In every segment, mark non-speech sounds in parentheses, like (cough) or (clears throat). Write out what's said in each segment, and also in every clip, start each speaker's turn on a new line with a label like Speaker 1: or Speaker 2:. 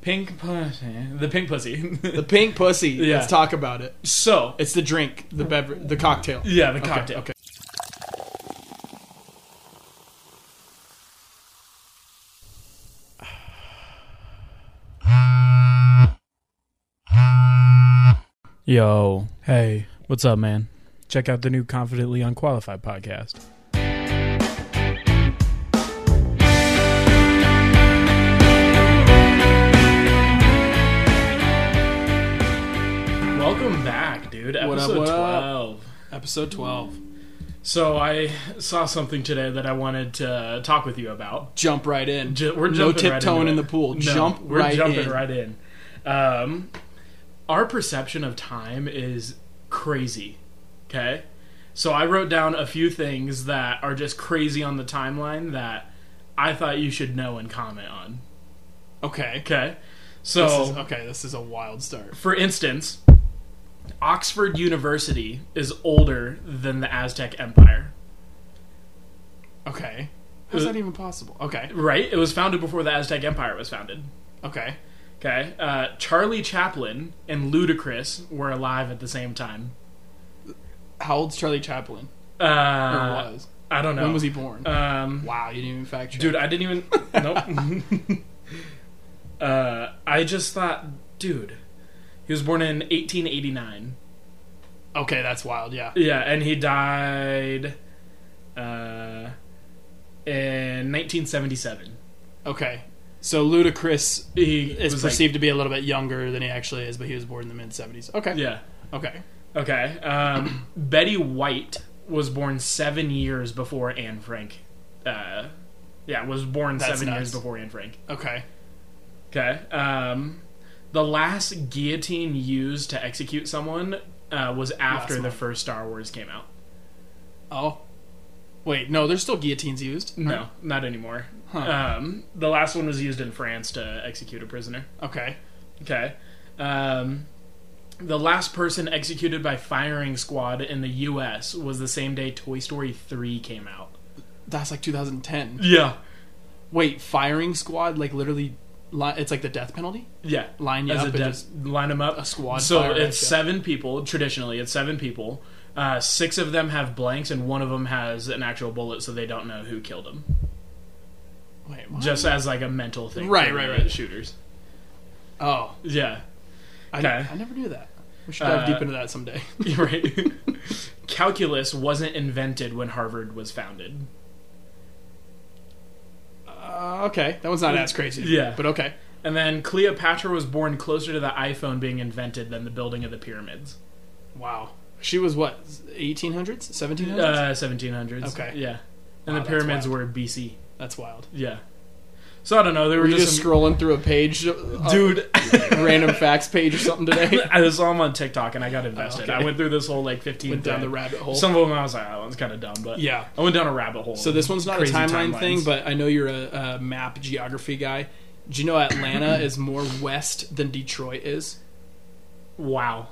Speaker 1: Pink pussy. The pink pussy. (laughs)
Speaker 2: The pink pussy.
Speaker 1: Yeah.
Speaker 2: Let's talk about it.
Speaker 1: so
Speaker 2: It's the drink, the beverage, the cocktail.
Speaker 1: yeah, the
Speaker 2: Okay,
Speaker 1: cocktail.
Speaker 2: Okay.
Speaker 1: Yo,
Speaker 3: Hey,
Speaker 1: what's up, man?
Speaker 3: check out the new Confidently Unqualified podcast.
Speaker 1: Welcome back, dude.
Speaker 2: up,
Speaker 1: Episode
Speaker 2: what up?
Speaker 1: twelve.
Speaker 2: Episode 12.
Speaker 1: So I saw something today that I wanted to talk with you about.
Speaker 2: Jump right in.
Speaker 1: Ju- we're
Speaker 2: no
Speaker 1: jumping right
Speaker 2: tiptoeing
Speaker 1: into
Speaker 2: in
Speaker 1: it.
Speaker 2: the pool.
Speaker 1: No,
Speaker 2: Jump
Speaker 1: we're
Speaker 2: right
Speaker 1: jumping
Speaker 2: in.
Speaker 1: right in. Um, our perception of time is crazy. Okay, so I wrote down a few things that are just crazy on the timeline that I thought you should know and comment on.
Speaker 2: Okay.
Speaker 1: Okay, so
Speaker 2: This is, uh, okay, this is a wild start.
Speaker 1: for instance, Oxford University is older than the Aztec Empire.
Speaker 2: Okay.
Speaker 1: Uh,
Speaker 2: How's that even possible? Okay.
Speaker 1: Right? It was founded before the Aztec Empire was founded.
Speaker 2: Okay.
Speaker 1: Okay. Uh, Charlie Chaplin and Ludacris were alive at the same time.
Speaker 2: How old's Charlie Chaplin?
Speaker 1: Uh,
Speaker 2: Or was?
Speaker 1: I don't know.
Speaker 2: When was he born?
Speaker 1: Um,
Speaker 2: wow, you didn't even fact check.
Speaker 1: dude, I didn't even. nope.
Speaker 2: (laughs)
Speaker 1: (laughs) uh, I just thought, dude, he was born in 1889.
Speaker 2: Okay, that's wild. Yeah.
Speaker 1: Yeah, and he died uh, in 1977.
Speaker 2: Okay. So Ludacris
Speaker 1: He
Speaker 2: is
Speaker 1: was like-
Speaker 2: perceived to be a little bit younger than he actually is, but he was born in the mid 70s. Okay.
Speaker 1: yeah.
Speaker 2: Okay.
Speaker 1: Okay. Um, Betty White was born seven years before Anne Frank. Uh, yeah, was born
Speaker 2: That's
Speaker 1: seven years
Speaker 2: nuts.
Speaker 1: before Anne Frank.
Speaker 2: Okay.
Speaker 1: Okay. Um, the last guillotine used to execute someone uh, was after the
Speaker 2: month.
Speaker 1: first Star Wars came out.
Speaker 2: Oh. Wait, no, there's still guillotines used.
Speaker 1: No, not anymore.
Speaker 2: Huh.
Speaker 1: Um, the last one was used in France to execute a prisoner.
Speaker 2: Okay.
Speaker 1: Okay. Um, the last person executed by firing squad in the U.S. was the same day Toy Story 3 came out.
Speaker 2: That's like 2010.
Speaker 1: Yeah.
Speaker 2: Wait, firing squad? Like literally, li- it's like the death penalty?
Speaker 1: Yeah.
Speaker 2: Line you
Speaker 1: As
Speaker 2: up
Speaker 1: a
Speaker 2: and
Speaker 1: de-
Speaker 2: just
Speaker 1: line them up.
Speaker 2: a squad
Speaker 1: So
Speaker 2: fire
Speaker 1: it's
Speaker 2: ratio.
Speaker 1: seven people. Traditionally, it's seven people. Uh, six of them have blanks, and one of them has an actual bullet, so they don't know who killed him.
Speaker 2: Wait, what?
Speaker 1: Just as like a mental thing,
Speaker 2: Right,
Speaker 1: for
Speaker 2: right,
Speaker 1: the
Speaker 2: right.
Speaker 1: Shooters.
Speaker 2: Oh,
Speaker 1: Yeah. (laughs)
Speaker 2: I,
Speaker 1: Okay.
Speaker 2: I never knew that. We should dive
Speaker 1: Uh,
Speaker 2: deep into that someday. (laughs)
Speaker 1: You're right. (laughs) Calculus wasn't invented when Harvard was founded.
Speaker 2: Uh, okay, that one's not as crazy.
Speaker 1: Yeah.
Speaker 2: but okay.
Speaker 1: And then Cleopatra was born closer to the iPhone being invented than the building of the pyramids.
Speaker 2: Wow, she was what 1800s, 1700s?
Speaker 1: Uh, 1700s.
Speaker 2: Okay.
Speaker 1: Yeah. And
Speaker 2: Wow,
Speaker 1: the
Speaker 2: that's
Speaker 1: pyramids were BC.
Speaker 2: That's wild.
Speaker 1: Yeah. So I don't know. They were,
Speaker 2: Were you
Speaker 1: just,
Speaker 2: just scrolling through a page, uh,
Speaker 1: dude.
Speaker 2: random facts page or something today?
Speaker 1: (laughs) I saw them on TikTok and I got invested.
Speaker 2: Oh, okay.
Speaker 1: I went through this whole like 15
Speaker 2: Went down
Speaker 1: thing.
Speaker 2: the rabbit hole.
Speaker 1: Some of them I was like, oh, that one's kind of dumb, but
Speaker 2: yeah.
Speaker 1: I went down a rabbit hole.
Speaker 2: So this one's not a
Speaker 1: Crazy
Speaker 2: timeline
Speaker 1: timelines.
Speaker 2: thing, but I know you're a, a map geography guy. Do you know Atlanta
Speaker 1: (clears throat)
Speaker 2: is more west than Detroit is?
Speaker 1: wow.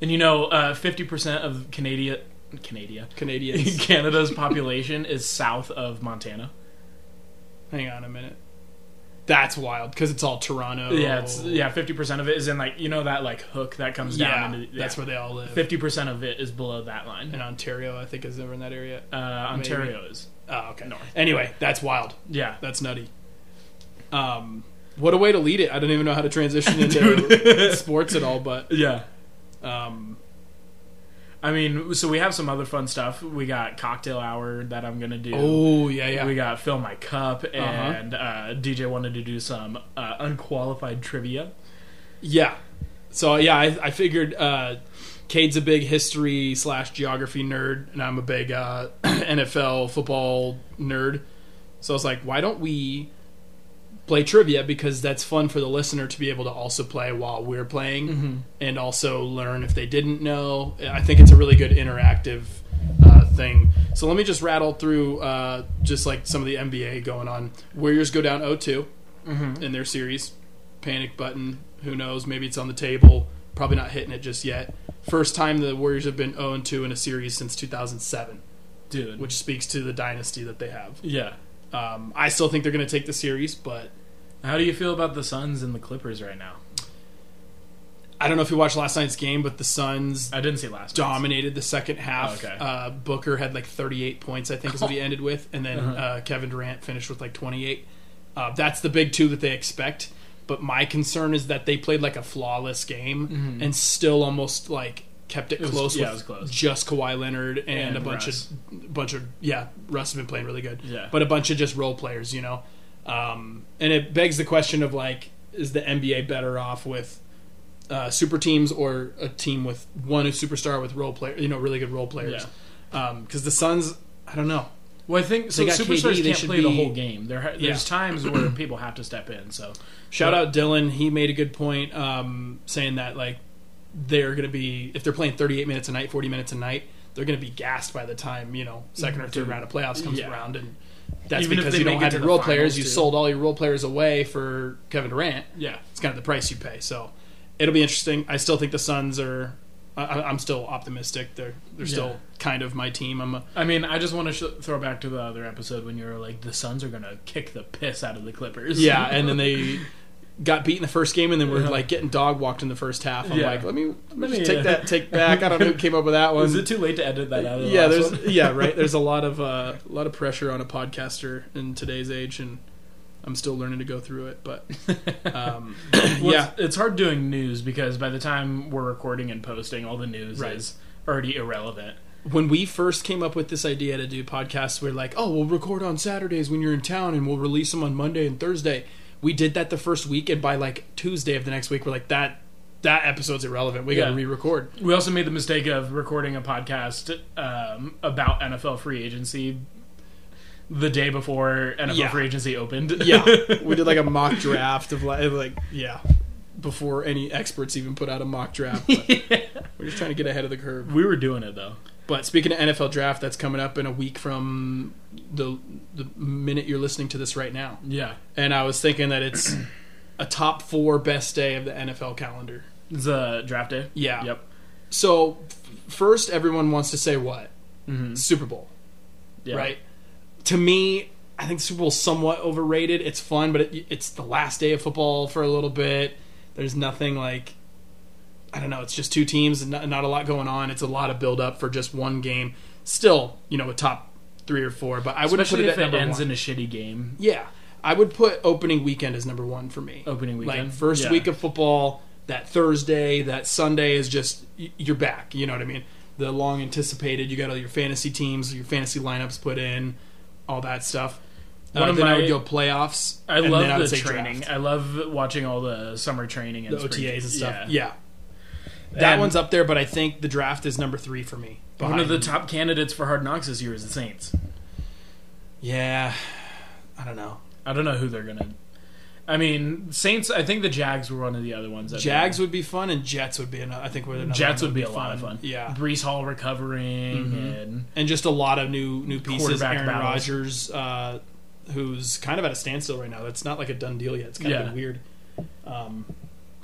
Speaker 1: And you know, uh, 50% of Canada, Canada, (laughs)
Speaker 2: Canadians.
Speaker 1: Canada's population is south of Montana.
Speaker 2: Hang on a minute. That's wild because it's all Toronto.
Speaker 1: Yeah, it's, yeah, 50% of it is in like you know that like hook that comes
Speaker 2: Oh. Yeah,
Speaker 1: down. into
Speaker 2: that's where they all live.
Speaker 1: 50% of it is below that line.
Speaker 2: And Ontario, I think, is over in that area.
Speaker 1: Uh, Ontario is.
Speaker 2: Oh, okay.
Speaker 1: North.
Speaker 2: Anyway, that's wild.
Speaker 1: Yeah.
Speaker 2: That's nutty. Um, what a way to lead it. I don't even know how
Speaker 1: (laughs)
Speaker 2: to transition into sports at all, but
Speaker 1: Yeah.
Speaker 2: um,
Speaker 1: I mean, so we have some other fun stuff. We got cocktail hour that I'm gonna do.
Speaker 2: oh Uh-huh. yeah, yeah.
Speaker 1: We got fill my cup, and uh DJ wanted to do some uh, unqualified trivia.
Speaker 2: Yeah. So yeah, I, I figured uh, Cade's a big history slash geography nerd, and I'm a big uh, (clears throat) NFL football nerd. So I was like, why don't we play trivia because that's fun for the listener to be able to also play while we're playing and also learn if they didn't know. I think it's a really good interactive uh, thing. So let me just rattle through uh, just like some of the NBA going on. Warriors go down 0-2 in their series. Panic button. Who knows? Maybe it's on the table. Probably not hitting it just yet. First time the Warriors have been 0-2 in a series since 2007,
Speaker 1: Dude.
Speaker 2: which speaks to the dynasty that they have.
Speaker 1: yeah.
Speaker 2: Um, I still think they're going to take the series, but
Speaker 1: How do you feel about the Suns and the Clippers right now?
Speaker 2: I don't know if you watched last night's game, but the Suns
Speaker 1: I didn't see last. night's.
Speaker 2: dominated the second half.
Speaker 1: Okay.
Speaker 2: Uh, Booker had like 38 points, I think, is
Speaker 1: (laughs)
Speaker 2: what he ended with, and then
Speaker 1: Uh-huh.
Speaker 2: uh, Kevin Durant finished with like 28. Uh, that's the big two that they expect. But my concern is that they played like a flawless game and still almost like kept it,
Speaker 1: was-
Speaker 2: close.
Speaker 1: yeah,
Speaker 2: with
Speaker 1: Mm-hmm. it was close.
Speaker 2: Just Kawhi Leonard and,
Speaker 1: And
Speaker 2: a bunch
Speaker 1: Russ.
Speaker 2: of bunch of yeah, Russ has been playing really good.
Speaker 1: Yeah.
Speaker 2: but a bunch of just role players, you know. Um, and it begs the question of like, is the NBA better off with uh, super teams or a team with one superstar with role player, you know, really good role players. Because the Suns, I don't know.
Speaker 1: Well, I think so.
Speaker 2: got
Speaker 1: superstars
Speaker 2: KD, they
Speaker 1: can't
Speaker 2: should
Speaker 1: play the
Speaker 2: be-
Speaker 1: whole game. There, ha- there's times where (clears throat) people have to step in. So
Speaker 2: Shout out Dylan. He made a good point um, saying that like they're going to be if they're playing 38 minutes a night, 40 minutes a night, they're going to be gassed by the time you know second or third round of playoffs comes
Speaker 1: Mm-hmm. Yeah.
Speaker 2: around and. That's
Speaker 1: Even if
Speaker 2: because
Speaker 1: they
Speaker 2: you
Speaker 1: make
Speaker 2: don't
Speaker 1: it
Speaker 2: have
Speaker 1: to
Speaker 2: your
Speaker 1: the
Speaker 2: role players.
Speaker 1: finals,
Speaker 2: You
Speaker 1: too.
Speaker 2: sold all your role players away for Kevin Durant.
Speaker 1: yeah,
Speaker 2: It's kind of the price you pay. So it'll be interesting. I still think the Suns are. I- I, I'm still optimistic. They're they're
Speaker 1: Yeah.
Speaker 2: still kind of my team. I'm a,
Speaker 1: I mean, I just want to sh- throw back to the other episode when you were like, the Suns are gonna kick the piss out of the Clippers.
Speaker 2: Yeah,
Speaker 1: (laughs)
Speaker 2: and then they got beat in the first game, and then we're
Speaker 1: Yeah.
Speaker 2: like getting dog walked in the first half. I'm
Speaker 1: Yeah.
Speaker 2: like, let me, let me
Speaker 1: me- uh,
Speaker 2: just take that take back. I don't know who came up with that one.
Speaker 1: (laughs) is it too late to edit that out? Of the
Speaker 2: Um, yeah,
Speaker 1: last
Speaker 2: there's (laughs)
Speaker 1: one?
Speaker 2: yeah, right. There's a lot of uh, a lot of pressure on a podcaster in today's age, and I'm still learning to go through it.
Speaker 1: (laughs)
Speaker 2: But um,
Speaker 1: Well,
Speaker 2: yeah,
Speaker 1: it's, it's hard doing news because by the time we're recording and posting, all the news
Speaker 2: Right.
Speaker 1: is already irrelevant.
Speaker 2: when we first came up with this idea to do podcasts, we are like, oh, we'll record on Saturdays when you're in town, and we'll release them on Monday and Thursday. We did that the first week, and by like Tuesday of the next week, we're like that. That episode's irrelevant. We got to
Speaker 1: Yeah.
Speaker 2: re-record.
Speaker 1: We also made the mistake of recording a podcast um, about NFL free agency the day before NFL
Speaker 2: Yeah.
Speaker 1: free agency opened.
Speaker 2: (laughs) Yeah, we did like a mock draft of like, like yeah, before any experts even put out a mock draft. (laughs) But We're just trying to get ahead of the
Speaker 1: (laughs)
Speaker 2: curve.
Speaker 1: we were doing it though.
Speaker 2: But speaking of NFL draft, that's coming up in a week from the the minute you're listening to this right now.
Speaker 1: Yeah,
Speaker 2: And I was thinking that it's (clears throat) a top four best day of the NFL calendar.
Speaker 1: the draft day.
Speaker 2: Yeah.
Speaker 1: Yep.
Speaker 2: So f- first, everyone wants to say what Super Bowl,
Speaker 1: Mm-hmm. Yeah.
Speaker 2: right? To me. I think Super Bowl's somewhat overrated. It's fun, but it, it's the last day of football for a little bit. There's nothing like I don't know. It's just two teams and not, not a lot going on. It's a lot of build up for just one game. Still, you know, a top three or four, but I wouldn't put
Speaker 1: Especially
Speaker 2: it
Speaker 1: if
Speaker 2: at
Speaker 1: it
Speaker 2: number
Speaker 1: ends
Speaker 2: one.
Speaker 1: in a shitty game.
Speaker 2: yeah, I would put opening weekend as number one for me.
Speaker 1: Opening weekend.
Speaker 2: like first
Speaker 1: Yeah.
Speaker 2: week of football, that Thursday, that Sunday is just y- you're back. You know what I mean? The long anticipated. You got all your fantasy teams, your fantasy lineups put in, all that stuff. Uh,
Speaker 1: One of
Speaker 2: then I
Speaker 1: my-
Speaker 2: would go playoffs.
Speaker 1: I
Speaker 2: and then
Speaker 1: love
Speaker 2: would
Speaker 1: the
Speaker 2: say
Speaker 1: training.
Speaker 2: draft.
Speaker 1: I love watching all the summer training and
Speaker 2: the
Speaker 1: spring-
Speaker 2: OTAs and stuff.
Speaker 1: Yeah.
Speaker 2: Yeah. That
Speaker 1: And-
Speaker 2: one's up there, but I think the draft is number three for me.
Speaker 1: One of
Speaker 2: Behind-
Speaker 1: the top candidates for Hard Knocks this year is the Saints.
Speaker 2: yeah, I don't know.
Speaker 1: I don't know who they're gonna. I mean, Saints. I think the Jags were one of the other ones. that-
Speaker 2: Jags would be fun, and Jets would be. Another, I think would another
Speaker 1: Jets
Speaker 2: one
Speaker 1: would be a lot of fun.
Speaker 2: Yeah, Mm-hmm.
Speaker 1: Brees Hall recovering and
Speaker 2: and just a lot of new new pieces.
Speaker 1: Quarterback
Speaker 2: Aaron
Speaker 1: battles.
Speaker 2: Rodgers, uh, who's kind of at a standstill right now. That's not like a done deal yet. It's kind of
Speaker 1: Yeah.
Speaker 2: been weird. Um,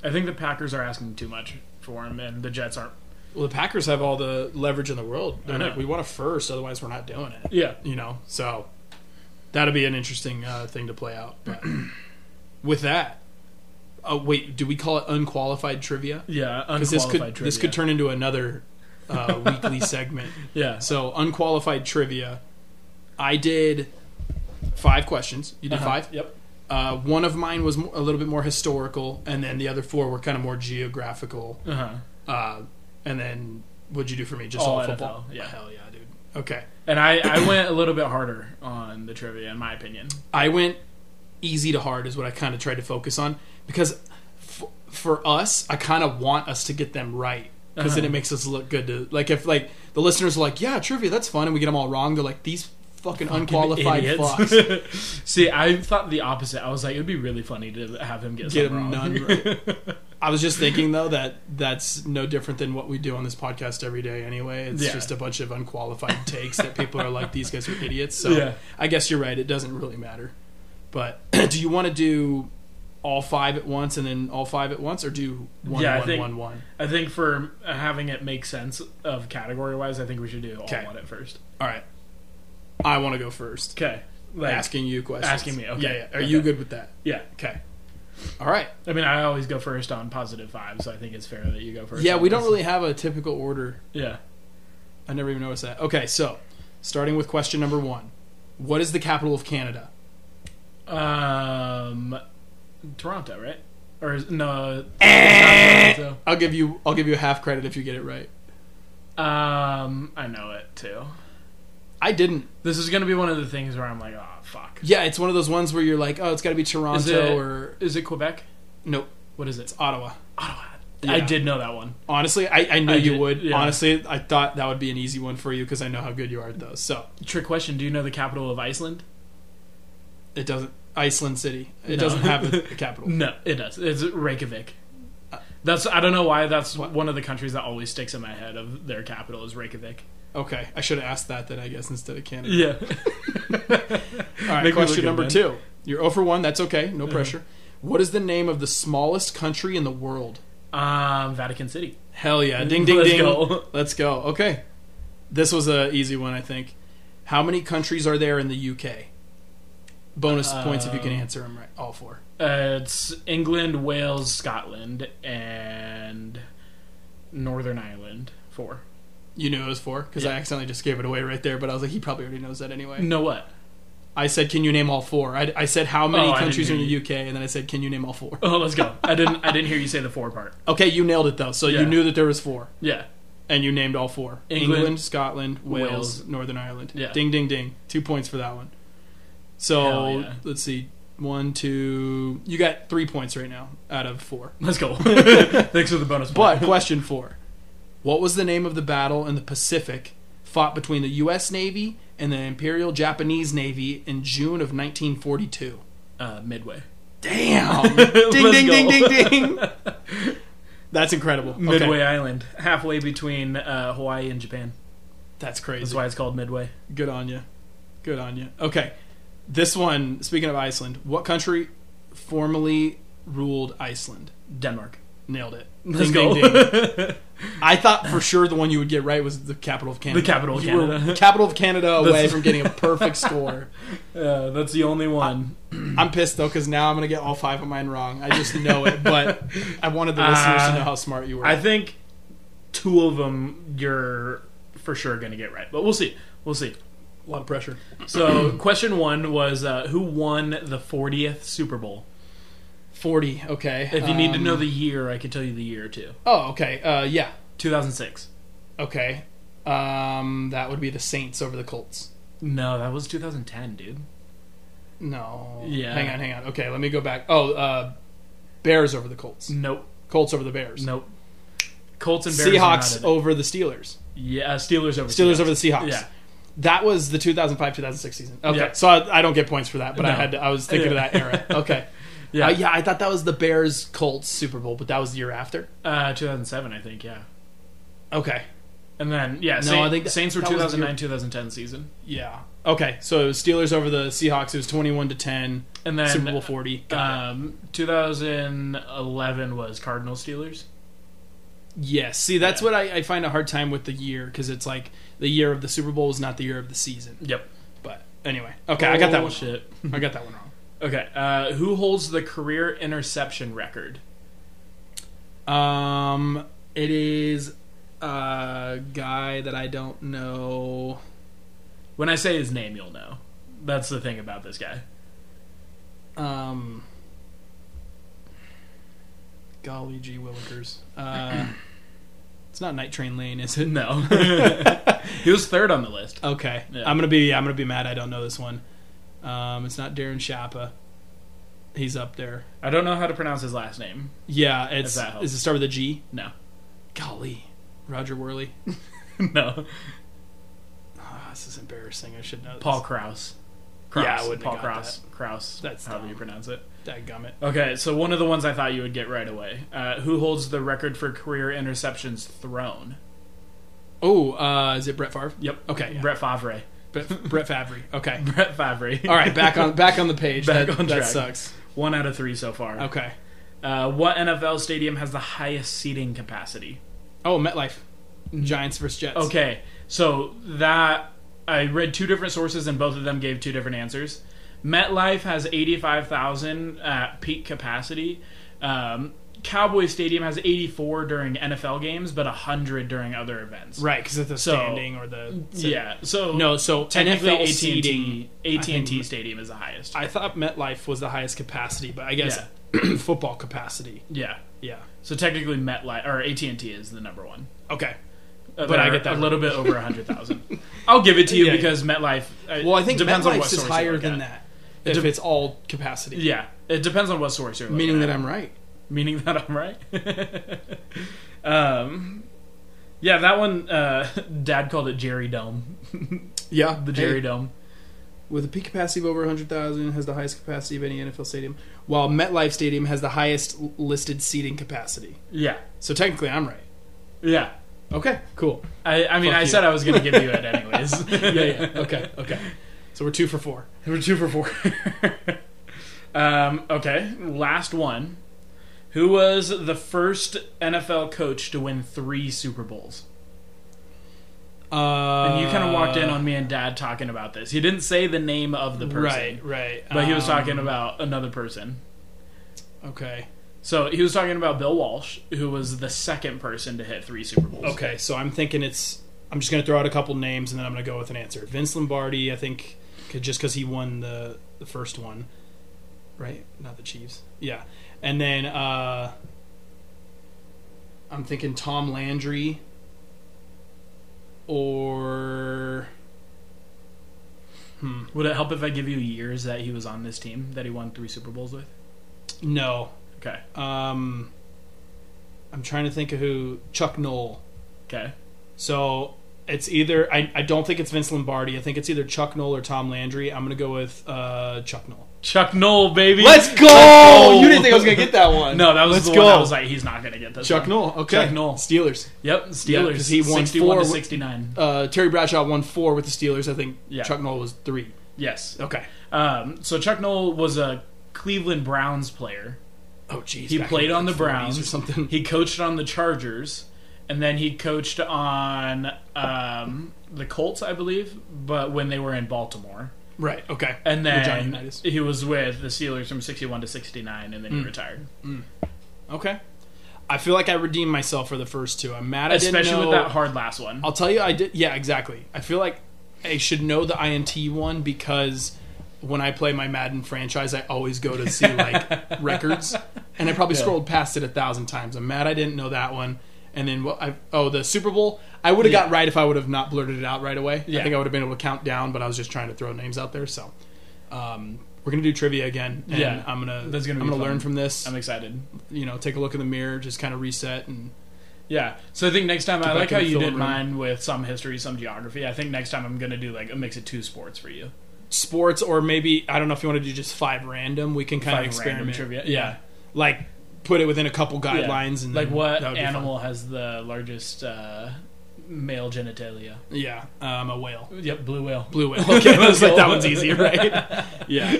Speaker 1: I think the Packers are asking too much for him, and the Jets aren't.
Speaker 2: well, the Packers have all the leverage in the world. They're
Speaker 1: I know.
Speaker 2: like, we want a first, otherwise we're not doing it.
Speaker 1: Yeah,
Speaker 2: You know, so that'll be an interesting uh, thing to play out. But (clears throat) with that, oh wait, do we call it unqualified trivia?
Speaker 1: yeah. Unqualified
Speaker 2: Because this could
Speaker 1: trivia.
Speaker 2: this could turn into another
Speaker 1: (laughs)
Speaker 2: uh, weekly segment.
Speaker 1: Yeah,
Speaker 2: So unqualified trivia. I did five questions. You did
Speaker 1: Uh-huh.
Speaker 2: five.
Speaker 1: Yep.
Speaker 2: Uh, one of mine was mo- a little bit more historical, and then the other four were kind of more geographical.
Speaker 1: Uh huh.
Speaker 2: Uh, and then what'd you do for me? Just all,
Speaker 1: All
Speaker 2: football.
Speaker 1: NFL, yeah.
Speaker 2: Hell yeah, dude. Okay.
Speaker 1: And I, I went a little bit harder on the trivia, in my
Speaker 2: (laughs)
Speaker 1: opinion.
Speaker 2: I went easy to hard is what I kind of tried to focus on because f- for us, I kind of want us to get them right because then it makes us look good to like if like the listeners are like, yeah, trivia, that's fun, and we get them all wrong. They're like these fucking unqualified
Speaker 1: Idiots.
Speaker 2: (laughs)
Speaker 1: (laughs)
Speaker 2: fucks.
Speaker 1: See, I thought the opposite. I was like, it would be really funny to have him get,
Speaker 2: Get
Speaker 1: some wrong.
Speaker 2: them none. right. (laughs) I was just thinking though that that's no different than what we do on this podcast every day anyway. It's
Speaker 1: Yeah.
Speaker 2: just a bunch of unqualified takes that people are like, these guys are idiots. So
Speaker 1: Yeah.
Speaker 2: I guess you're right. It doesn't really matter. But (clears throat) do you want to do all five at once and then all five at once, or do one,
Speaker 1: Yeah, I
Speaker 2: one,
Speaker 1: think-
Speaker 2: one, one?
Speaker 1: I think for having it make sense of category wise, I think we should do all
Speaker 2: Okay.
Speaker 1: one at first.
Speaker 2: All right. I want to go first.
Speaker 1: Okay. Like,
Speaker 2: asking you questions.
Speaker 1: asking me, okay.
Speaker 2: Yeah, yeah. Are you
Speaker 1: Okay.
Speaker 2: good with that?
Speaker 1: Yeah.
Speaker 2: Okay. All right.
Speaker 1: I mean, I always go first on positive five, so I think it's fair that you go first.
Speaker 2: Yeah,
Speaker 1: on
Speaker 2: we don't
Speaker 1: this.
Speaker 2: really have a typical order.
Speaker 1: Yeah.
Speaker 2: I never even noticed that. Okay, so starting with question number one What is the capital of Canada?
Speaker 1: Um, Toronto, right? Or is, no? it's not
Speaker 2: I'll give you I'll give you half credit if you get it right.
Speaker 1: Toronto. Um, I know it too.
Speaker 2: I didn't.
Speaker 1: This is gonna be one of the things where I'm like, oh fuck.
Speaker 2: Yeah, it's one of those ones where you're like, oh, it's got to be Toronto
Speaker 1: Is it-
Speaker 2: or
Speaker 1: Is it Quebec?
Speaker 2: nope,
Speaker 1: What is it?
Speaker 2: it's Ottawa.
Speaker 1: Ottawa.
Speaker 2: Yeah.
Speaker 1: I did know that one.
Speaker 2: Honestly, I, I knew
Speaker 1: I
Speaker 2: you
Speaker 1: did-
Speaker 2: would.
Speaker 1: yeah.
Speaker 2: Honestly, I thought that would be an easy one for you because I know how good you are at those. So
Speaker 1: Trick question. Do you know the capital of Iceland?
Speaker 2: it doesn't Iceland City. It
Speaker 1: No.
Speaker 2: doesn't
Speaker 1: (laughs)
Speaker 2: have a, a capital.
Speaker 1: No, it does. It's Reykjavik. That's I don't know why that's
Speaker 2: What?
Speaker 1: one of the countries that always sticks in my head of their capital is Reykjavik.
Speaker 2: Okay, I should have asked that then I guess instead of Canada.
Speaker 1: (laughs) Yeah.
Speaker 2: All right,
Speaker 1: Make me look
Speaker 2: question
Speaker 1: good,
Speaker 2: number
Speaker 1: man.
Speaker 2: two. You're 0 for 1. That's okay. No pressure. What is the name of the smallest country in the world?
Speaker 1: um, Vatican City.
Speaker 2: Hell
Speaker 1: (laughs)
Speaker 2: yeah. Ding, ding,
Speaker 1: Let's
Speaker 2: ding.
Speaker 1: go.
Speaker 2: Let's go. Okay. This was a easy one, I think. How many countries are there in the UK? Bonus points if you can
Speaker 1: Um,
Speaker 2: answer them right. All four.
Speaker 1: Uh, it's England, Wales, Scotland, and Northern Ireland. Four.
Speaker 2: You knew it was four because I
Speaker 1: Yeah.
Speaker 2: accidentally just gave it away right there, but I was like, he probably already knows that anyway.
Speaker 1: No, what?
Speaker 2: I said, can you name all four? I, I said, how many
Speaker 1: Oh, I didn't
Speaker 2: countries are in
Speaker 1: hear
Speaker 2: the
Speaker 1: you.
Speaker 2: UK? And then I said, can you name all four? (laughs)
Speaker 1: Oh, let's go. I didn't. I didn't hear you say the four part.
Speaker 2: Okay, you nailed it though. So
Speaker 1: Yeah.
Speaker 2: you knew that there was four.
Speaker 1: Yeah.
Speaker 2: And you named all four: England,
Speaker 1: England,
Speaker 2: Scotland, Wales,
Speaker 1: Wales.
Speaker 2: Northern Ireland.
Speaker 1: Yeah.
Speaker 2: Ding, ding, ding. Two points for that one.
Speaker 1: Hell
Speaker 2: So
Speaker 1: yeah.
Speaker 2: let's see. One, two. You got three points right now out
Speaker 1: (laughs)
Speaker 2: of four.
Speaker 1: Let's go. Thanks for the bonus.
Speaker 2: But
Speaker 1: point.
Speaker 2: question four: What was the name of the battle in the Pacific fought between the U.S. Navy and the Imperial Japanese Navy in June of 1942?
Speaker 1: uh, midway.
Speaker 2: Damn! (laughs) ding,
Speaker 1: Let's
Speaker 2: ding, ding,
Speaker 1: go.
Speaker 2: ding, ding.
Speaker 1: (laughs)
Speaker 2: That's incredible. Okay.
Speaker 1: Midway Island, halfway between uh, Hawaii and Japan.
Speaker 2: That's crazy.
Speaker 1: That's why it's called Midway.
Speaker 2: Good on you. Good on you. Okay. This one, speaking of Iceland, what country formerly ruled Iceland?
Speaker 1: Denmark.
Speaker 2: Nailed it.
Speaker 1: Let's
Speaker 2: Ding,
Speaker 1: go.
Speaker 2: ding, ding. (laughs) I thought for sure the one you would get right was the capital of Canada.
Speaker 1: The capital of
Speaker 2: You were
Speaker 1: Canada.
Speaker 2: capital of Canada
Speaker 1: (laughs)
Speaker 2: away
Speaker 1: That's-
Speaker 2: from getting a
Speaker 1: (laughs)
Speaker 2: perfect score.
Speaker 1: Uh, that's the only one.
Speaker 2: I'm pissed though because now I'm gonna get all five of mine wrong. I just know it, but I wanted the listeners to
Speaker 1: Uh,
Speaker 2: know how smart you were.
Speaker 1: I think two of them you're for sure going to get right, but we'll see. We'll see.
Speaker 2: a lot of pressure.
Speaker 1: So, (clears throat) question one was uh, who won the 40th Super Bowl?
Speaker 2: Forty. Okay.
Speaker 1: If you need to
Speaker 2: Um,
Speaker 1: know the year, I can tell you the year too.
Speaker 2: Oh, okay. Uh, yeah.
Speaker 1: 2006.
Speaker 2: Okay. Um, that would be the Saints over the Colts.
Speaker 1: No, that was 2010, dude.
Speaker 2: No.
Speaker 1: Yeah.
Speaker 2: Hang on, hang on. Okay, let me go back. Oh, uh, Bears over the Colts.
Speaker 1: Nope.
Speaker 2: Colts over the Bears.
Speaker 1: Nope. Colts and Bears. are not
Speaker 2: Seahawks
Speaker 1: in it.
Speaker 2: over the Steelers.
Speaker 1: yeah, uh, Steelers over
Speaker 2: Steelers over the Seahawks.
Speaker 1: Yeah.
Speaker 2: That was the 2005-2006 season. Okay,
Speaker 1: Yeah.
Speaker 2: so I, I don't get points for that, but I
Speaker 1: No.
Speaker 2: had to, I was thinking of that era. Okay.
Speaker 1: (laughs) Yeah.
Speaker 2: Uh, yeah, I thought that was the Bears Colts Super Bowl, but that was the year after.
Speaker 1: Uh, 2007, I think, yeah.
Speaker 2: Okay.
Speaker 1: And then, yeah, no,
Speaker 2: I think that-
Speaker 1: Saints were
Speaker 2: that was the
Speaker 1: 2009 2010 season.
Speaker 2: Yeah. Okay. So it was Steelers over the Seahawks. It was 21 to 10.
Speaker 1: And then
Speaker 2: Super Bowl 40. Got it.
Speaker 1: Um, 2011 was Cardinal Steelers.
Speaker 2: Yes. See, that's
Speaker 1: yeah.
Speaker 2: what I, I find a hard time with the year because it's like the year of the Super Bowl is not the year of the season.
Speaker 1: Yep.
Speaker 2: But anyway, okay, I got that one. Wrong.
Speaker 1: Bullshit.
Speaker 2: I got that one wrong.
Speaker 1: Okay. Uh, who holds the career interception record?
Speaker 2: Um, it is a guy that I don't know.
Speaker 1: When I say his name, you'll know. That's the thing about this
Speaker 2: (laughs)
Speaker 1: guy.
Speaker 2: Um, golly gee willikers. Uh, it's not Night Train Lane, is
Speaker 1: (laughs)
Speaker 2: it? (laughs)
Speaker 1: No. he was third on the list.
Speaker 2: Okay,
Speaker 1: Yeah.
Speaker 2: I'm gonna be I'm gonna be mad. I don't know this one. Um, it's not Darren Shappa. He's up there.
Speaker 1: I don't know how to pronounce his last name.
Speaker 2: Yeah, it's
Speaker 1: that helps.
Speaker 2: is it start with a G? (laughs)
Speaker 1: No.
Speaker 2: Golly, Roger Worley.
Speaker 1: no.
Speaker 2: Ah, this is embarrassing. I should know. This.
Speaker 1: Paul Kraus.
Speaker 2: Yeah, I wouldn't have
Speaker 1: Paul
Speaker 2: got
Speaker 1: Kraus. Kraus.
Speaker 2: That's
Speaker 1: however
Speaker 2: dumb.
Speaker 1: you pronounce it.
Speaker 2: Dadgummit.
Speaker 1: Okay, so one of the ones I thought you would get right away. Uh, who holds the record for career interceptions thrown?
Speaker 2: Oh, uh, is it Brett Favre?
Speaker 1: Yep.
Speaker 2: Okay, yeah.
Speaker 1: Brett Favre.
Speaker 2: (laughs) Brett, Brett Favre. Okay.
Speaker 1: Brett Favre.
Speaker 2: All right, back on (laughs) back on the page.
Speaker 1: Back
Speaker 2: that,
Speaker 1: on
Speaker 2: that
Speaker 1: track.
Speaker 2: sucks.
Speaker 1: (laughs) One out of three so far.
Speaker 2: Okay.
Speaker 1: Uh, what NFL stadium has the highest seating capacity?
Speaker 2: Mm-hmm. Oh, MetLife, Giants versus Jets.
Speaker 1: Okay, so that I read two different sources and both of them gave two different answers. MetLife has 85,000 at peak capacity. Um, Cowboy Stadium has 84 during NFL games, but 100 during other events.
Speaker 2: Right, because it's the
Speaker 1: So-
Speaker 2: standing or the
Speaker 1: Yeah. So
Speaker 2: No, so
Speaker 1: technically
Speaker 2: NFL
Speaker 1: AT&T,
Speaker 2: seating. I
Speaker 1: AT&T
Speaker 2: think-
Speaker 1: Stadium is the highest.
Speaker 2: I thought MetLife was the highest capacity, but I guess (clears throat) football capacity.
Speaker 1: yeah.
Speaker 2: Yeah.
Speaker 1: So technically MetLife or AT&T is the number one.
Speaker 2: Okay.
Speaker 1: Uh,
Speaker 2: But I
Speaker 1: they're
Speaker 2: get that
Speaker 1: a little bit over 100,000. (laughs) I'll give it to you
Speaker 2: Yeah, yeah.
Speaker 1: because MetLife uh,
Speaker 2: Well, I think
Speaker 1: depends on what
Speaker 2: MetLife's is
Speaker 1: source you
Speaker 2: higher
Speaker 1: look
Speaker 2: than
Speaker 1: at.
Speaker 2: that. If
Speaker 1: de-
Speaker 2: it's all capacity,
Speaker 1: Yeah, it depends on what source you're looking
Speaker 2: meaning
Speaker 1: at.
Speaker 2: that I'm right.
Speaker 1: meaning that I'm right. (laughs) um, yeah, that one. Uh, (laughs) Dad called it Jerry Dome,
Speaker 2: Yeah,
Speaker 1: the Jerry
Speaker 2: hey,
Speaker 1: Dome.
Speaker 2: with a peak capacity of over 100,000 has the highest capacity of any NFL stadium, while MetLife Stadium has the highest l- listed seating capacity.
Speaker 1: Yeah,
Speaker 2: So technically, I'm right.
Speaker 1: yeah.
Speaker 2: Okay, cool.
Speaker 1: I, I mean,
Speaker 2: Fuck
Speaker 1: I
Speaker 2: you.
Speaker 1: said I was going to give you
Speaker 2: (laughs)
Speaker 1: it anyways.
Speaker 2: Yeah,
Speaker 1: (laughs)
Speaker 2: yeah. Okay, okay. So we're two for four.
Speaker 1: We're two for four. (laughs) um, okay, last one. Who was the first NFL coach to win three Super Bowls?
Speaker 2: Uh,
Speaker 1: And you kind of walked in on me and Dad talking about this. He didn't say the name of the person,
Speaker 2: right, right.
Speaker 1: but he was
Speaker 2: Um,
Speaker 1: talking about another person.
Speaker 2: Okay,
Speaker 1: So he was talking about Bill Walsh, who was the second person to hit three Super Bowls.
Speaker 2: okay. So I'm thinking it's. I'm just going to throw out a couple names and then I'm going to go with an answer. Vince Lombardi, I think, 'cause- just because he won the the first one, right? Not the Chiefs. Yeah, and then uh, I'm thinking Tom Landry or
Speaker 1: Would it help if I give you years that he was on this team that he won three Super Bowls with?
Speaker 2: no.
Speaker 1: Okay.
Speaker 2: Um, I'm trying to think of who Chuck Knoll.
Speaker 1: Okay.
Speaker 2: So it's either I, I don't think it's Vince Lombardi. I think it's either Chuck Knoll or Tom Landry. I'm gonna go with uh, Chuck Knoll.
Speaker 1: Chuck Knoll, baby.
Speaker 2: go!
Speaker 1: Oh, You didn't think I was (laughs) gonna
Speaker 2: get that one.
Speaker 1: No, that was
Speaker 2: Let's
Speaker 1: the
Speaker 2: go.
Speaker 1: one I was like, he's not gonna get this.
Speaker 2: Chuck
Speaker 1: one.
Speaker 2: Knoll. Okay.
Speaker 1: Chuck Knoll.
Speaker 2: Steelers.
Speaker 1: Yep.
Speaker 2: Yeah,
Speaker 1: Steelers.
Speaker 2: 'cause he won
Speaker 1: 61
Speaker 2: four
Speaker 1: to
Speaker 2: with-
Speaker 1: 69.
Speaker 2: Uh, Terry Bradshaw won four with the Steelers. I think
Speaker 1: Yeah.
Speaker 2: Chuck Knoll was three.
Speaker 1: Yes.
Speaker 2: Okay.
Speaker 1: Um, so Chuck Knoll was a Cleveland Browns player.
Speaker 2: Oh jeez.
Speaker 1: He
Speaker 2: back
Speaker 1: played
Speaker 2: in
Speaker 1: on the
Speaker 2: 40s
Speaker 1: Browns
Speaker 2: or something. (laughs)
Speaker 1: He coached on the Chargers, and then he coached on um, the Colts, I believe, but when they were in Baltimore.
Speaker 2: Right. Okay.
Speaker 1: And
Speaker 2: With Johnny
Speaker 1: then
Speaker 2: Unitas.
Speaker 1: he was with the Steelers from 61 to 69, and then
Speaker 2: Hmm.
Speaker 1: he retired.
Speaker 2: Okay. I feel like I redeemed myself for the first two. I'm mad. I didn't
Speaker 1: Especially
Speaker 2: know-
Speaker 1: with that hard last one.
Speaker 2: I'll tell you, I did. Yeah, exactly. I feel like I should know the INT one because when I play my Madden franchise, I always go to see
Speaker 1: (laughs)
Speaker 2: like records, and I probably scrolled past it a thousand times. I'm mad I didn't know that one. And then what? I, oh, the Super Bowl. I would have got right if I would have not blurted it out right away. I
Speaker 1: Yeah.
Speaker 2: think I would have been able to count down, but I was just trying to throw names out there. So um, we're gonna do trivia again. And
Speaker 1: Yeah.
Speaker 2: I'm gonna.
Speaker 1: That's gonna
Speaker 2: I'm
Speaker 1: be
Speaker 2: gonna
Speaker 1: fun.
Speaker 2: learn from this.
Speaker 1: I'm excited.
Speaker 2: you know, take a look in the mirror, just kind of reset and.
Speaker 1: Yeah. So I think next time, I
Speaker 2: back
Speaker 1: like
Speaker 2: in
Speaker 1: how
Speaker 2: the
Speaker 1: you
Speaker 2: film
Speaker 1: did
Speaker 2: room.
Speaker 1: mine with some history, some geography. I think next time I'm going to do like a mix of two sports for you.
Speaker 2: sports or maybe I don't know if you want to do just five random. We can kind
Speaker 1: Five
Speaker 2: of
Speaker 1: random
Speaker 2: experiment.
Speaker 1: trivia.
Speaker 2: Yeah. Like put it within a couple
Speaker 1: Yeah.
Speaker 2: guidelines and
Speaker 1: like
Speaker 2: then
Speaker 1: what
Speaker 2: that would be fun.
Speaker 1: animal has the largest uh, male genitalia?
Speaker 2: Yeah, um, a whale.
Speaker 1: Yep, blue whale.
Speaker 2: Blue whale. Okay, I was like,
Speaker 1: (laughs)
Speaker 2: that one's easy, right? yeah.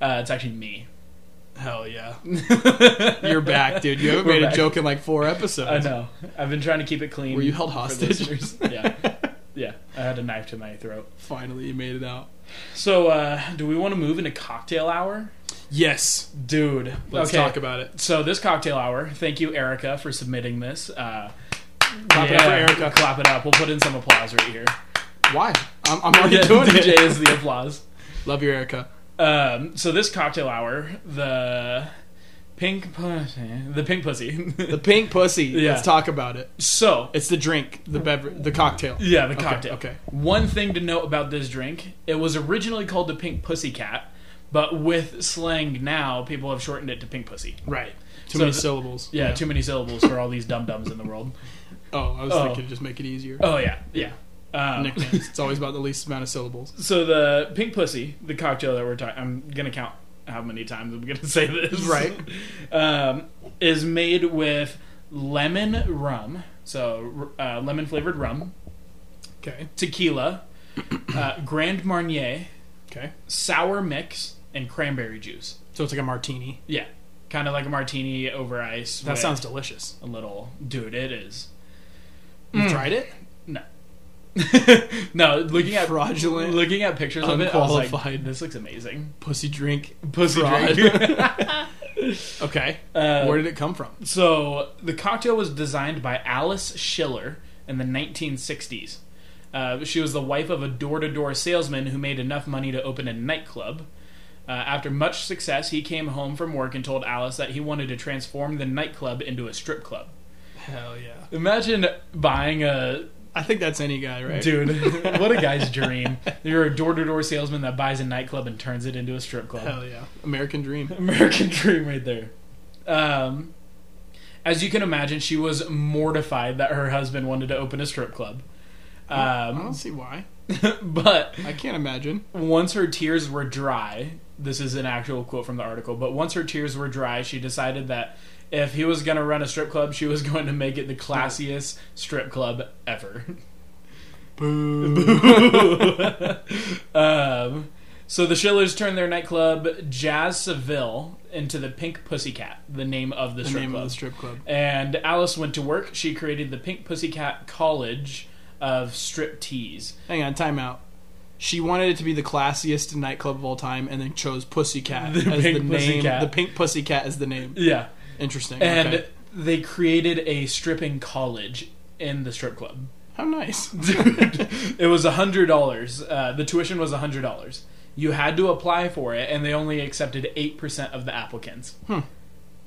Speaker 1: Uh, it's actually me.
Speaker 2: Hell
Speaker 1: (laughs)
Speaker 2: yeah. You're back, dude. You haven't
Speaker 1: We're
Speaker 2: made
Speaker 1: back.
Speaker 2: a joke in like four
Speaker 1: I
Speaker 2: episodes.
Speaker 1: know. I've been trying to keep it clean.
Speaker 2: Were you held
Speaker 1: for
Speaker 2: hostage?
Speaker 1: listeners. yeah, yeah. I had a knife to my throat.
Speaker 2: (laughs) Finally, you made it out.
Speaker 1: So, uh, do we want to move into cocktail hour,
Speaker 2: Yes.
Speaker 1: dude?
Speaker 2: Let's
Speaker 1: okay.
Speaker 2: talk about it.
Speaker 1: So this cocktail hour. Thank you, Erica, for submitting this. Uh,
Speaker 2: Clap it up for Erica.
Speaker 1: Clap it up. We'll put in some applause right here.
Speaker 2: Why? I'm, I'm already
Speaker 1: Yeah,
Speaker 2: doing
Speaker 1: DJ
Speaker 2: it.
Speaker 1: is the applause.
Speaker 2: Love you, Erica.
Speaker 1: Um, so this cocktail hour, the pink pussy, the pink pussy.
Speaker 2: The pink pussy.
Speaker 1: Yeah.
Speaker 2: Let's talk about it.
Speaker 1: (laughs) so
Speaker 2: It's the drink, the beverage, the cocktail.
Speaker 1: Yeah, the cocktail.
Speaker 2: okay.
Speaker 1: One thing to note about this drink, it was originally called the Pink Pussycat, but with slang now, people have shortened it to Pink Pussy.
Speaker 2: Right.
Speaker 1: So
Speaker 2: Too many
Speaker 1: the-
Speaker 2: syllables.
Speaker 1: Yeah, too many syllables for all these dum dums in the world.
Speaker 2: Oh, I was
Speaker 1: Oh.
Speaker 2: thinking just make it easier.
Speaker 1: Oh yeah, yeah. Um,
Speaker 2: (laughs) Nicknames. it's always about the least amount of syllables.
Speaker 1: so the Pink Pussy, the cocktail that we're talking, I'm gonna count how many times I'm gonna (laughs) say this.
Speaker 2: Right.
Speaker 1: um, is made with lemon rum, so uh, lemon flavored rum,
Speaker 2: Okay.
Speaker 1: tequila, uh, Grand Marnier.
Speaker 2: Okay.
Speaker 1: sour mix and cranberry juice.
Speaker 2: So it's like a martini.
Speaker 1: Yeah, kind of like a martini over ice.
Speaker 2: That
Speaker 1: with
Speaker 2: sounds delicious. Mm.
Speaker 1: a little, dude. It is.
Speaker 2: You tried it?
Speaker 1: No. (laughs) no, looking at
Speaker 2: Fraudulent,
Speaker 1: looking at pictures of it, I was like,
Speaker 2: unqualified.
Speaker 1: this looks amazing.
Speaker 2: Pussy drink.
Speaker 1: Pussy
Speaker 2: Fraud.
Speaker 1: drink. (laughs)
Speaker 2: Okay.
Speaker 1: Uh,
Speaker 2: Where did it come from?
Speaker 1: So the cocktail was designed by Alice Schiller in the 1960s. Uh, she was the wife of a door-to-door salesman who made enough money to open a nightclub. Uh, after much success, he came home from work and told Alice that he wanted to transform the nightclub into a strip club.
Speaker 2: Hell yeah.
Speaker 1: Imagine buying a
Speaker 2: I think that's any guy, right?
Speaker 1: dude. (laughs) what a guy's dream! You're a door-to-door salesman that buys a nightclub and turns it into a strip club.
Speaker 2: Hell yeah. American dream.
Speaker 1: American (laughs) dream right there. Um, as you can imagine, she was mortified that her husband wanted to open a strip club.
Speaker 2: I don't
Speaker 1: Um,
Speaker 2: see why.
Speaker 1: (laughs) but
Speaker 2: I can't imagine.
Speaker 1: once her tears were dry, this is an actual quote from the article, but once her tears were dry, she decided that if he was going to run a strip club, she was (laughs) going to make it the classiest strip club ever. (laughs)
Speaker 2: Boo.
Speaker 1: um, so the Shillers turned their nightclub, Jazz Seville, into the Pink Pussycat, the name of the
Speaker 2: the
Speaker 1: strip
Speaker 2: name
Speaker 1: club.
Speaker 2: of the strip club.
Speaker 1: And Alice went to work. She created the Pink Pussycat College of Strip Tease.
Speaker 2: Hang on, time out. She wanted it to be the classiest nightclub of all time and then chose Pussycat
Speaker 1: The pink
Speaker 2: as (laughs) the name.
Speaker 1: pussycat.
Speaker 2: The pink Pussycat as the name.
Speaker 1: Yeah.
Speaker 2: Interesting.
Speaker 1: And
Speaker 2: okay.
Speaker 1: they created a stripping college in the strip
Speaker 2: (laughs)
Speaker 1: club. (laughs)
Speaker 2: how nice.
Speaker 1: it was $100. Uh, the tuition was $100. You had to apply for it, and they only accepted 8% of the applicants.
Speaker 2: Hmm.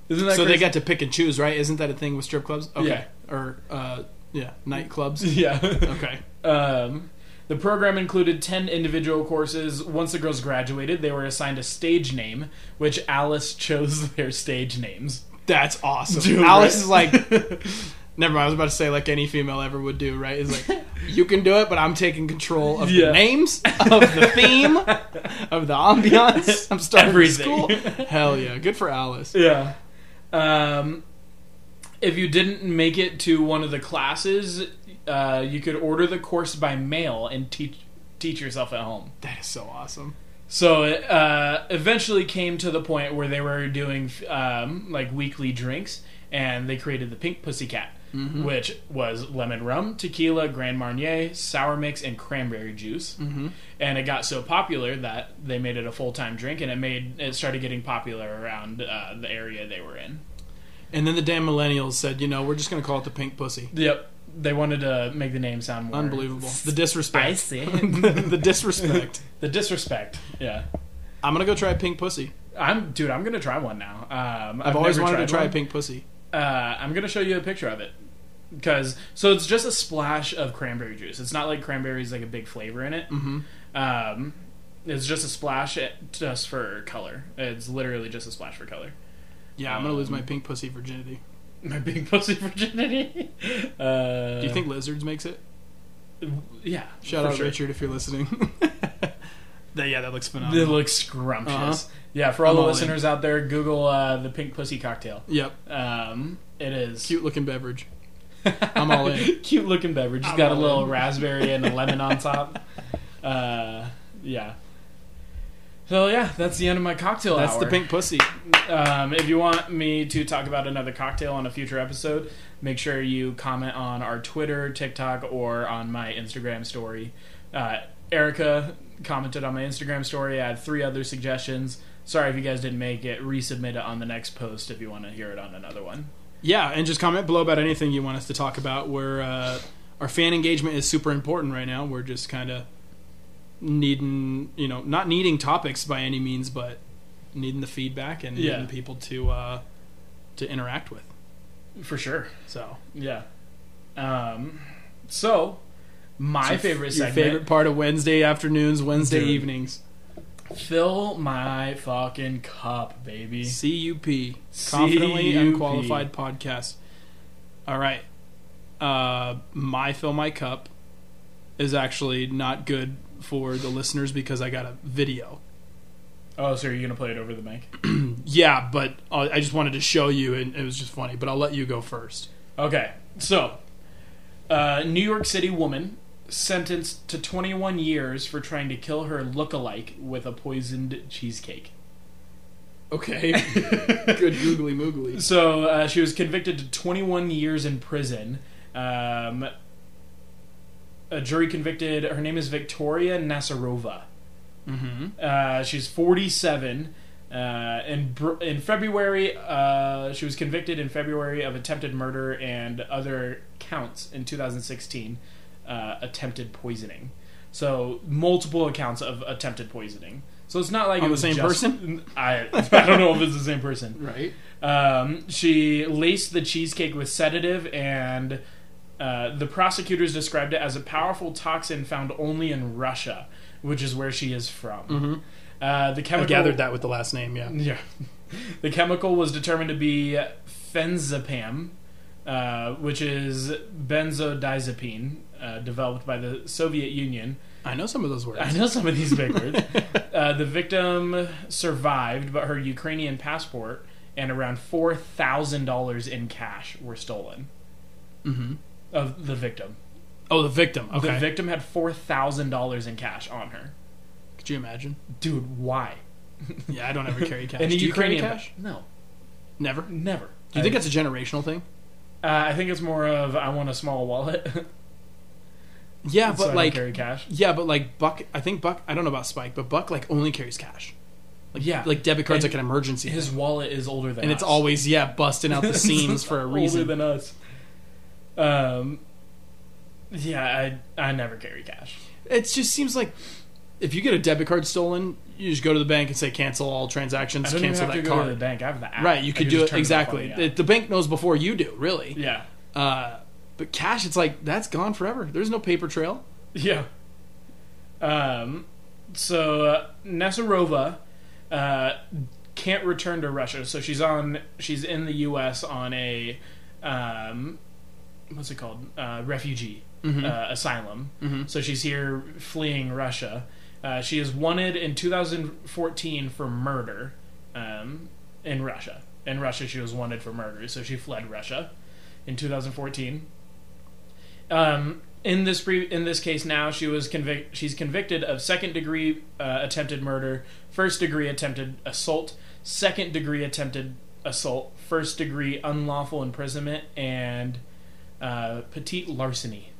Speaker 1: Isn't that
Speaker 2: so they
Speaker 1: crazy?
Speaker 2: got to pick and choose, right? Isn't that a thing with strip clubs? Okay.
Speaker 1: Yeah.
Speaker 2: Or uh, yeah,
Speaker 1: (laughs)
Speaker 2: nightclubs. (laughs)
Speaker 1: Yeah.
Speaker 2: okay.
Speaker 1: Um, the program included 10 individual courses. Once the girls graduated, they were assigned a stage name, which Alice chose (laughs) their stage names.
Speaker 2: That's awesome.
Speaker 1: Dude,
Speaker 2: Alice
Speaker 1: right?
Speaker 2: is like (laughs) Never mind, I was about to say like any female ever would do, right?
Speaker 1: (laughs)
Speaker 2: Is like you can do it, but I'm taking control of
Speaker 1: Yeah.
Speaker 2: the names, of the
Speaker 1: (laughs)
Speaker 2: theme, of the ambiance. I'm starting
Speaker 1: Everything. (laughs)
Speaker 2: school. Hell yeah. Good for Alice.
Speaker 1: (laughs) Yeah. Um, if you didn't make it to one of the classes, uh, you could order the course by mail and teach teach yourself at home.
Speaker 2: That is so awesome.
Speaker 1: So it uh, eventually came to the point where they were doing um, like weekly drinks, and they created the Pink Pussycat,
Speaker 2: Mm-hmm.
Speaker 1: which was lemon rum, tequila, Grand Marnier, sour mix, and cranberry juice. Mm-hmm. And it got so popular that they made it a full time drink, and it made it started getting popular around uh, the area they were in.
Speaker 2: And then the damn millennials said, you know, we're just gonna call it the pink pussy.
Speaker 1: Yep, they wanted to make the name sound more
Speaker 2: Unbelievable.
Speaker 1: (laughs)
Speaker 2: The disrespect.
Speaker 1: spicy.
Speaker 2: the disrespect.
Speaker 1: the disrespect. Yeah,
Speaker 2: I'm gonna go try pink pussy.
Speaker 1: I'm dude. I'm gonna try one now. Um,
Speaker 2: I've, always
Speaker 1: never
Speaker 2: wanted to
Speaker 1: tried
Speaker 2: try
Speaker 1: one.
Speaker 2: a pink pussy.
Speaker 1: Uh, I'm gonna show you a picture of it because so it's just a splash of cranberry juice. It's not like cranberries like a big flavor in it. Mm-hmm. Um, it's just a splash it, just for color. It's literally just a splash for color. (laughs)
Speaker 2: Yeah, I'm gonna lose my pink pussy virginity.
Speaker 1: My big pussy (laughs) virginity. Uh,
Speaker 2: Do you think lizards makes it?
Speaker 1: Yeah.
Speaker 2: Shout
Speaker 1: for
Speaker 2: out
Speaker 1: sure.
Speaker 2: Richard if you're listening. (laughs) that, yeah, that looks
Speaker 1: It
Speaker 2: phenomenal.
Speaker 1: looks scrumptious.
Speaker 2: Uh-huh.
Speaker 1: Yeah, for all
Speaker 2: I'm
Speaker 1: the
Speaker 2: all in.
Speaker 1: listeners out there, Google uh, the pink pussy cocktail.
Speaker 2: yep,
Speaker 1: Um, it is
Speaker 2: cute looking beverage. I'm all in.
Speaker 1: (laughs) Cute looking beverage. It's
Speaker 2: I'm
Speaker 1: got a
Speaker 2: all
Speaker 1: little
Speaker 2: in.
Speaker 1: raspberry and
Speaker 2: (laughs)
Speaker 1: a lemon on top. Uh, yeah. So yeah, that's the end of my cocktail
Speaker 2: That's
Speaker 1: hour.
Speaker 2: the pink pussy.
Speaker 1: Um, if you want me to talk about another cocktail on a future episode, make sure you comment on our Twitter, TikTok, or on my Instagram story. Uh, Erica commented on my Instagram story. I had three other suggestions. Sorry if you guys didn't make it. Resubmit it on the next post if you want to hear it on another one.
Speaker 2: Yeah, and just comment below about anything you want us to talk about. We're uh, our fan engagement is super important right now. We're just kind of needing, you know, not needing topics by any means, but needing the feedback and
Speaker 1: Yeah.
Speaker 2: needing people to uh, to interact with.
Speaker 1: For sure.
Speaker 2: So
Speaker 1: Yeah. Um, so, my
Speaker 2: So
Speaker 1: favorite
Speaker 2: your
Speaker 1: segment.
Speaker 2: favorite part of Wednesday afternoons, Wednesday
Speaker 1: Dude.
Speaker 2: evenings.
Speaker 1: Fill my fucking cup, baby.
Speaker 2: CUP, confidently
Speaker 1: CUP.
Speaker 2: unqualified podcast. All right, uh, my fill my cup is actually not good for the listeners because I got a video.
Speaker 1: Oh, so are you gonna play it over the mic?
Speaker 2: Yeah, but uh, I just wanted to show you, and it was just funny. But I'll let you go first.
Speaker 1: Okay. So, uh, New York City woman sentenced to 21 years for trying to kill her lookalike with a poisoned
Speaker 2: (laughs)
Speaker 1: cheesecake.
Speaker 2: Okay, (laughs) good googly moogly.
Speaker 1: So uh, she was convicted to 21 years in prison. Um, a jury convicted. Her name is Victoria Nasarova.
Speaker 2: Mm-hmm.
Speaker 1: Uh, she's 47. Uh, in Br- in February, uh, she was convicted in February of attempted murder and other counts in 2016, uh, attempted poisoning. So multiple accounts of attempted poisoning. So it's not like
Speaker 2: On
Speaker 1: it
Speaker 2: the
Speaker 1: was
Speaker 2: same
Speaker 1: just-
Speaker 2: person?
Speaker 1: (laughs) I I don't know if it's the same person.
Speaker 2: Right.
Speaker 1: Um, she laced the cheesecake with sedative, and uh, the prosecutors described it as a powerful toxin found only in Russia, which is where she is from. Uh, the
Speaker 2: Mm-hmm. I
Speaker 1: chemical
Speaker 2: gathered that with the last name. Yeah.
Speaker 1: (laughs) Yeah, the chemical was determined to be fenzapam, uh, which is benzodiazepine. Uh, developed by the Soviet Union.
Speaker 2: I know some of those words. (laughs)
Speaker 1: I know some of these big words. Uh, the victim survived, but her Ukrainian passport and around four thousand dollars in cash were stolen
Speaker 2: Mm-hmm.
Speaker 1: of the victim.
Speaker 2: Oh, the victim. Okay.
Speaker 1: The victim had four thousand dollars in cash on her.
Speaker 2: Could you imagine?
Speaker 1: Dude, why?
Speaker 2: Yeah, I don't ever (laughs) carry cash.
Speaker 1: And
Speaker 2: Do
Speaker 1: a
Speaker 2: you
Speaker 1: Ukrainian
Speaker 2: carry cash?
Speaker 1: No,
Speaker 2: Never. Do
Speaker 1: never.
Speaker 2: you think that's a generational thing?
Speaker 1: I, uh, I think it's more of I want a small wallet, (laughs) so
Speaker 2: Yeah,
Speaker 1: I
Speaker 2: but
Speaker 1: don't
Speaker 2: like,
Speaker 1: carry cash.
Speaker 2: yeah, but like Buck. I think Buck. I don't know about Spike, but Buck like only carries cash. Like
Speaker 1: Yeah.
Speaker 2: like debit cards
Speaker 1: And
Speaker 2: like an emergency.
Speaker 1: His
Speaker 2: thing.
Speaker 1: wallet is older than
Speaker 2: and it's
Speaker 1: us.
Speaker 2: always yeah busting
Speaker 1: (laughs)
Speaker 2: out the seams for a reason.
Speaker 1: older than us. Um, yeah, I I never carry cash.
Speaker 2: it just seems like if you get a debit card stolen, you just go to the bank and say cancel all transactions,
Speaker 1: I don't
Speaker 2: cancel
Speaker 1: even have
Speaker 2: that
Speaker 1: to go to the
Speaker 2: card.
Speaker 1: bank. I have the app.
Speaker 2: Right, you
Speaker 1: I
Speaker 2: could
Speaker 1: can
Speaker 2: do
Speaker 1: just
Speaker 2: it
Speaker 1: turn
Speaker 2: exactly.
Speaker 1: phone,
Speaker 2: The, the bank knows before you do, really.
Speaker 1: yeah.
Speaker 2: Uh, but cash, it's like that's gone forever. There's no paper trail.
Speaker 1: (laughs) yeah, yeah. Um, so uh, Nasarova uh, can't return to Russia, so she's on. She's in the U.S. on a um, what's it called? Uh, refugee uh, asylum. So she's here fleeing Russia. Uh, she is wanted in 2014 for murder um, in Russia. In Russia, she was wanted for murder, so she fled Russia in 2014. Um, in this pre- in this case, now she was convic- She's convicted of second degree uh, attempted murder, first degree attempted assault, second degree attempted assault, first degree unlawful imprisonment, and uh, petite larceny.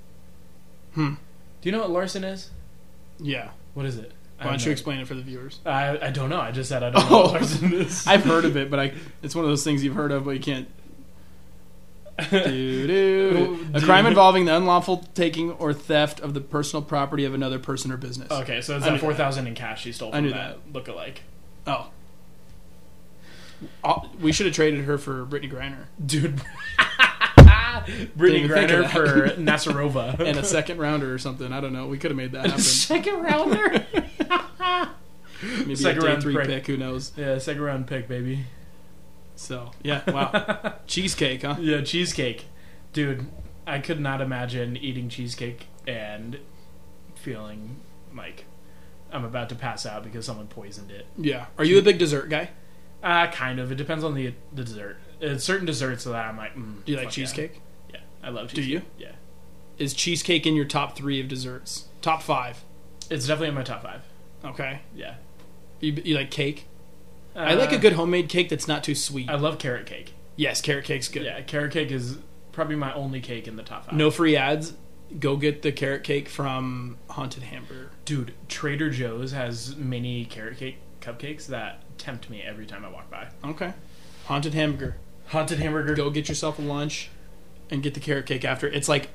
Speaker 2: Hmm.
Speaker 1: Do you know what larcen is?
Speaker 2: Yeah.
Speaker 1: What is it?
Speaker 2: Why don't
Speaker 1: I
Speaker 2: you
Speaker 1: know.
Speaker 2: explain it for the viewers?
Speaker 1: I, I don't know. I just said I don't know what
Speaker 2: (laughs) Oh.
Speaker 1: larcen is.
Speaker 2: I've heard of it, but I it's one of those things you've heard of, but you can't. do,
Speaker 1: (laughs)
Speaker 2: do. A
Speaker 1: Do-
Speaker 2: crime involving the unlawful taking or theft of the personal property of another person or business.
Speaker 1: okay, so it's
Speaker 2: I
Speaker 1: that
Speaker 2: knew that.
Speaker 1: four thousand in cash she stole
Speaker 2: I
Speaker 1: from
Speaker 2: knew
Speaker 1: that, lookalike.
Speaker 2: Oh. Oh, we should have traded her for Brittany Griner
Speaker 1: Dude,
Speaker 2: Didn't
Speaker 1: (laughs) Brittany
Speaker 2: even think
Speaker 1: Griner
Speaker 2: of
Speaker 1: for
Speaker 2: that.
Speaker 1: Nasarova
Speaker 2: (laughs)
Speaker 1: (laughs)
Speaker 2: and a second rounder or something. I don't know. We could have made that happen.
Speaker 1: second rounder.
Speaker 2: Maybe
Speaker 1: Second
Speaker 2: a day
Speaker 1: round
Speaker 2: three
Speaker 1: pick.
Speaker 2: pick. Who knows?
Speaker 1: (laughs) yeah, second round pick, baby.
Speaker 2: So yeah,
Speaker 1: (laughs)
Speaker 2: wow, cheesecake, huh?
Speaker 1: Yeah, cheesecake, dude. I could not imagine eating cheesecake and feeling like I'm about to pass out because someone poisoned it.
Speaker 2: Yeah. Are you a big dessert guy?
Speaker 1: Uh, kind of. It depends on the the dessert. It's certain desserts that I'm like. Mm,
Speaker 2: Do you like
Speaker 1: fuck yeah.
Speaker 2: cheesecake?
Speaker 1: Yeah, I love
Speaker 2: Do
Speaker 1: cheesecake.
Speaker 2: you?
Speaker 1: Yeah,
Speaker 2: Is cheesecake in your top three of desserts? Top five.
Speaker 1: it's definitely in my top five.
Speaker 2: Okay.
Speaker 1: Yeah,
Speaker 2: You, you like cake?
Speaker 1: uh,
Speaker 2: I like a good homemade cake that's not too sweet.
Speaker 1: I love carrot cake.
Speaker 2: yes, carrot cake's good.
Speaker 1: Yeah, carrot cake is probably my only cake in the top five.
Speaker 2: No free ads. Go get the carrot cake from Haunted Hamburger.
Speaker 1: dude, Trader Joe's has mini carrot cake cupcakes that tempt me every time I walk by.
Speaker 2: Okay. Haunted Hamburger.
Speaker 1: Haunted hamburger.
Speaker 2: go get yourself a lunch and get the carrot cake after. It's like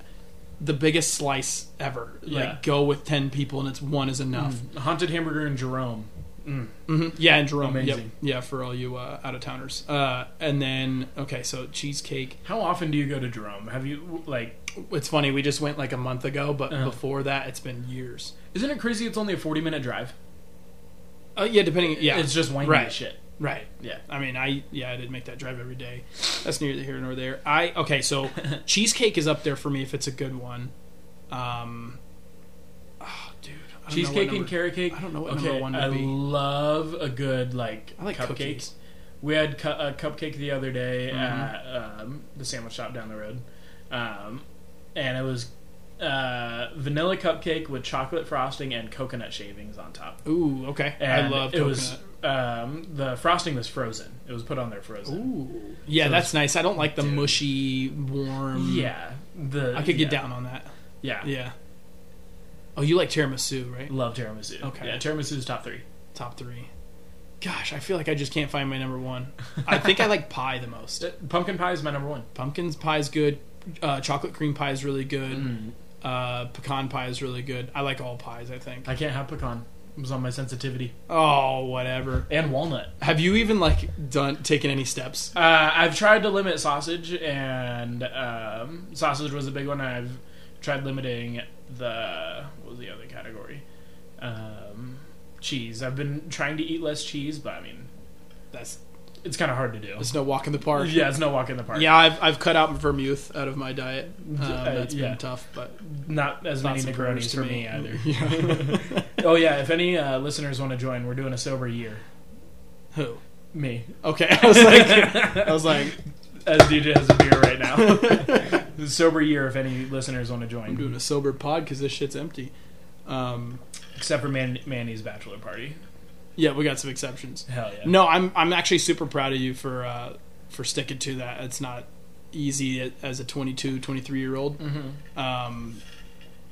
Speaker 2: the biggest slice ever.
Speaker 1: Yeah.
Speaker 2: Like go with ten people and it's one is enough.
Speaker 1: Haunted hamburger in Jerome.
Speaker 2: hmm Yeah, and Jerome. yep.
Speaker 1: Mm. Amazing.
Speaker 2: Yeah, for all you uh, out of towners. Uh, and then okay, so cheesecake.
Speaker 1: How often do you go to Jerome? Have you like?
Speaker 2: It's funny we just went like a month ago, but
Speaker 1: Uh-huh.
Speaker 2: before that it's been years.
Speaker 1: Isn't it crazy? It's only a forty-minute drive.
Speaker 2: Uh, yeah, depending. Yeah,
Speaker 1: it's just windy
Speaker 2: Right.
Speaker 1: as shit.
Speaker 2: right.
Speaker 1: Yeah.
Speaker 2: I mean, I yeah, I didn't make that drive every day. That's neither here nor there. I
Speaker 1: (laughs)
Speaker 2: okay, so cheesecake is up there for me if it's a good one. Um, oh, dude, I don't know what
Speaker 1: Cheesecake and
Speaker 2: number-
Speaker 1: carrot cake.
Speaker 2: I don't know what
Speaker 1: okay,
Speaker 2: number one would
Speaker 1: I
Speaker 2: be.
Speaker 1: love a good like,
Speaker 2: I like
Speaker 1: cupcake.
Speaker 2: cookies.
Speaker 1: We had cu- a cupcake the other day
Speaker 2: Mhm.
Speaker 1: at um, the sandwich shop down the road, um, and it was uh, vanilla cupcake with chocolate frosting and coconut shavings on top.
Speaker 2: Ooh, okay.
Speaker 1: And
Speaker 2: I love
Speaker 1: it.
Speaker 2: coconut.
Speaker 1: Was um, the frosting was frozen? It was put on there frozen.
Speaker 2: Ooh, yeah,
Speaker 1: So
Speaker 2: that's nice. I don't like the
Speaker 1: Dude.
Speaker 2: mushy, warm.
Speaker 1: Yeah, the
Speaker 2: I could get
Speaker 1: yeah,
Speaker 2: down on that.
Speaker 1: Yeah,
Speaker 2: Yeah, Oh, you like tiramisu, right?
Speaker 1: Love tiramisu.
Speaker 2: Okay.
Speaker 1: Yeah, tiramisu's top three.
Speaker 2: Top three. Gosh, I feel like I just can't find my number one. I think I like pie the most.
Speaker 1: Uh, Pumpkin pie is my number one.
Speaker 2: Pumpkin pie is good. Uh, chocolate cream pie is really good.
Speaker 1: Mm.
Speaker 2: Uh, pecan pie is really good. I like all pies. I think.
Speaker 1: I can't have pecan. It was on my sensitivity.
Speaker 2: Oh, whatever.
Speaker 1: And walnut.
Speaker 2: Have you even like done taken any steps?
Speaker 1: Uh, I've tried to limit sausage, and um, sausage was a big one. I've tried limiting the what was the other category? Um, cheese. I've been trying to eat less cheese, but I mean,
Speaker 2: That's
Speaker 1: it's kind of hard to do.
Speaker 2: it's no walk in the park.
Speaker 1: (laughs) Yeah, it's no walk in the park.
Speaker 2: Yeah, I've, I've cut out vermouth out of my diet. Um,
Speaker 1: Uh,
Speaker 2: that's
Speaker 1: yeah.
Speaker 2: been tough, but
Speaker 1: not as
Speaker 2: thoughts
Speaker 1: many
Speaker 2: and prayers
Speaker 1: macaronis
Speaker 2: to
Speaker 1: for
Speaker 2: me.
Speaker 1: me either.
Speaker 2: (laughs)
Speaker 1: (laughs)
Speaker 2: Yeah.
Speaker 1: oh yeah, if any uh, listeners want to join, we're doing a sober year.
Speaker 2: who?
Speaker 1: (laughs) Me,
Speaker 2: Okay, (laughs) I was like,
Speaker 1: (laughs)
Speaker 2: I was like,
Speaker 1: as DJ has a beer right now. (laughs) The sober year, if any listeners want to
Speaker 2: I'm
Speaker 1: join, (laughs)
Speaker 2: doing a sober pod because this shit's empty. Um,
Speaker 1: except for Man- Manny's bachelor party.
Speaker 2: yeah, we got some exceptions.
Speaker 1: Hell yeah.
Speaker 2: No, I'm I'm actually super proud of you for uh, for sticking to that. It's not easy as a 22, 23 year old. Um,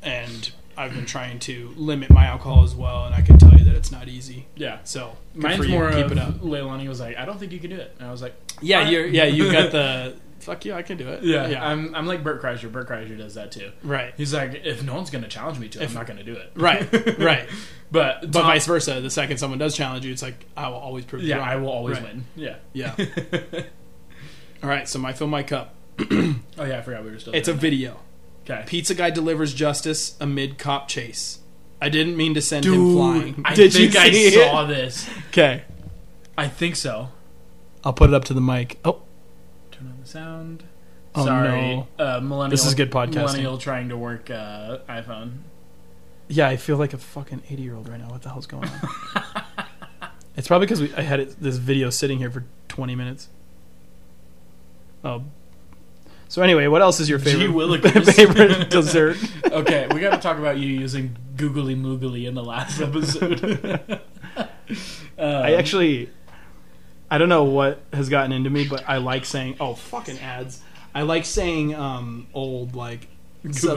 Speaker 2: and I've been trying to limit my alcohol as well, and I can tell you that it's not easy.
Speaker 1: Yeah.
Speaker 2: So good for
Speaker 1: Mine's
Speaker 2: you.
Speaker 1: more
Speaker 2: keep
Speaker 1: of
Speaker 2: it up.
Speaker 1: Leilani was like, I don't think you can do it. And I was like,
Speaker 2: (laughs) Yeah, you're, yeah, you got the fuck you. I can do it. yeah,
Speaker 1: I'm, I'm like Bert Kreischer. Bert Kreischer does that too.
Speaker 2: right,
Speaker 1: He's like, if no one's going to challenge me to it,
Speaker 2: If-
Speaker 1: I'm not going to do it. (laughs)
Speaker 2: right, right.
Speaker 1: But,
Speaker 2: But
Speaker 1: Tom-
Speaker 2: vice versa, the second someone does challenge you, it's like I will always prove you
Speaker 1: yeah,
Speaker 2: wrong.
Speaker 1: I will always
Speaker 2: Right.
Speaker 1: win.
Speaker 2: (laughs)
Speaker 1: Yeah.
Speaker 2: Yeah. All right, so my fill my cup.
Speaker 1: Oh, yeah, I forgot we were still
Speaker 2: It's a video.
Speaker 1: Okay.
Speaker 2: Pizza guy delivers justice amid cop chase. I didn't mean to send him flying.
Speaker 1: Dude, I think I saw this.
Speaker 2: Okay,
Speaker 1: I think so.
Speaker 2: I'll put it up to the mic. Oh,
Speaker 1: Turn on the sound.
Speaker 2: Oh,
Speaker 1: Sorry. Uh, millennial,
Speaker 2: This is good podcasting.
Speaker 1: Millennial trying to work uh, iPhone.
Speaker 2: yeah, I feel like a fucking eighty year old right now. What the hell's going on?
Speaker 1: (laughs)
Speaker 2: it's probably because I had it, this video sitting here for twenty minutes. Oh. So anyway, what else is your
Speaker 1: Gee
Speaker 2: favorite
Speaker 1: willikers.
Speaker 2: (laughs)
Speaker 1: (laughs)
Speaker 2: favorite dessert?
Speaker 1: Okay, we got to talk about you using googly moogly in the
Speaker 2: (laughs)
Speaker 1: last episode. Um,
Speaker 2: I actually, I don't know what has gotten into me, but I like saying, "Oh, fucking ads." I like saying um, old like sub-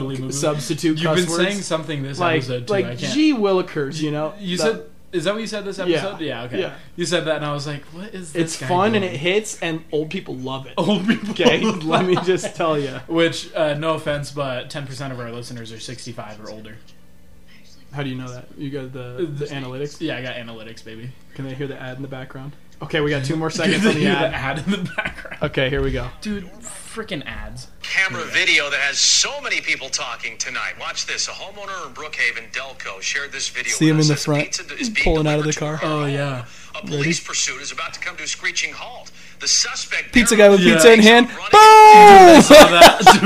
Speaker 1: (laughs) Googly moogly.
Speaker 2: substitute
Speaker 1: You've
Speaker 2: cuss
Speaker 1: been
Speaker 2: words.
Speaker 1: saying something this
Speaker 2: like
Speaker 1: episode too. I
Speaker 2: like
Speaker 1: can't.
Speaker 2: gee willikers, you know.
Speaker 1: you
Speaker 2: The-
Speaker 1: said is that what you said this episode? Yeah.
Speaker 2: Yeah.
Speaker 1: okay.
Speaker 2: Yeah.
Speaker 1: You said that, and I was like, "What is this?"
Speaker 2: it's
Speaker 1: guy
Speaker 2: fun and
Speaker 1: doing?
Speaker 2: it hits, and old people love it.
Speaker 1: old people.
Speaker 2: Okay, (laughs) let me
Speaker 1: (laughs)
Speaker 2: just tell you.
Speaker 1: Which, uh, no offense, but ten percent of our listeners are sixty-five or older.
Speaker 2: How do you know that? You got the, the analytics.
Speaker 1: Yeah, I got analytics, baby.
Speaker 2: Can they hear the ad in the background? Okay, we got two
Speaker 1: (laughs)
Speaker 2: more seconds on the
Speaker 1: Hear ad
Speaker 2: ad.
Speaker 1: in the background,
Speaker 2: Okay, here we go.
Speaker 1: dude. Freaking ads.
Speaker 4: camera video that has so many people talking tonight. Watch this. A homeowner in Brookhaven, Delco, shared this video.
Speaker 2: See
Speaker 4: with
Speaker 2: him
Speaker 4: us
Speaker 2: in the
Speaker 4: as
Speaker 2: front,
Speaker 4: pizza is being
Speaker 2: pulling out of
Speaker 4: delivered
Speaker 2: the
Speaker 4: to
Speaker 2: car. Uh,
Speaker 4: her
Speaker 1: Oh,
Speaker 4: home.
Speaker 1: yeah.
Speaker 4: A police pursuit is about to come to a screeching halt. The suspect,
Speaker 2: Pizza guy
Speaker 4: there,
Speaker 2: with
Speaker 1: Yeah.
Speaker 2: pizza in hand.
Speaker 4: Running.
Speaker 2: Boom! (laughs)
Speaker 1: that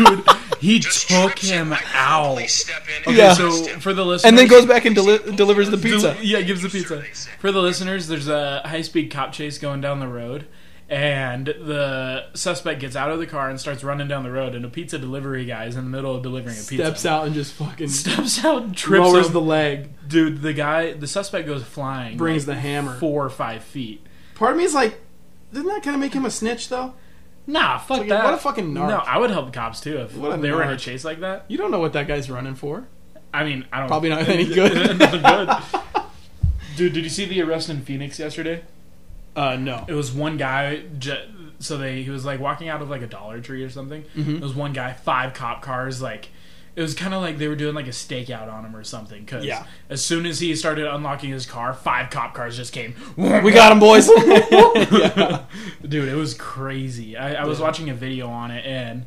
Speaker 1: dude, he
Speaker 4: just
Speaker 1: took
Speaker 4: trips him
Speaker 1: him
Speaker 4: right before the
Speaker 1: out.
Speaker 4: police step in and
Speaker 2: Okay, Yeah.
Speaker 1: So
Speaker 4: arrest him.
Speaker 1: for the listeners,
Speaker 2: And then goes back and deli- delivers the
Speaker 1: Del-
Speaker 2: pizza.
Speaker 1: yeah, gives the pizza. For the listeners, there's a high speed cop chase going down the road, and the suspect gets out of the car and starts running down the road, and a pizza delivery guy is in the middle of delivering a pizza.
Speaker 2: Steps out and just fucking
Speaker 1: Steps out, trips
Speaker 2: (laughs) lowers
Speaker 1: him.
Speaker 2: the leg.
Speaker 1: dude. The guy, the suspect goes flying,
Speaker 2: Brings
Speaker 1: like,
Speaker 2: the hammer.
Speaker 1: four or five feet.
Speaker 2: Part of me is like, doesn't that kind of make him a snitch though?
Speaker 1: Nah, fuck
Speaker 2: Fucking-
Speaker 1: that.
Speaker 2: what a fucking narc.
Speaker 1: No, I would help cops too if
Speaker 2: What a
Speaker 1: they were in a
Speaker 2: narc.
Speaker 1: chase like that.
Speaker 2: You don't know what that guy's running for.
Speaker 1: I mean, I don't
Speaker 2: Probably
Speaker 1: (laughs)
Speaker 2: not any good.
Speaker 1: not
Speaker 2: (laughs)
Speaker 1: good. Dude, did you see the arrest in Phoenix yesterday?
Speaker 2: Uh, no.
Speaker 1: it was one guy. J- so they he was like walking out of like a Dollar Tree or something.
Speaker 2: Mm-hmm.
Speaker 1: It was one guy, five cop cars. Like it was kind of like they were doing like a stakeout on him or something. Because
Speaker 2: Yeah.
Speaker 1: as soon as he started unlocking his car, five cop cars just came.
Speaker 2: We got him, (laughs) boys.
Speaker 1: (laughs) Dude, it was crazy. I, I was watching a video on it and.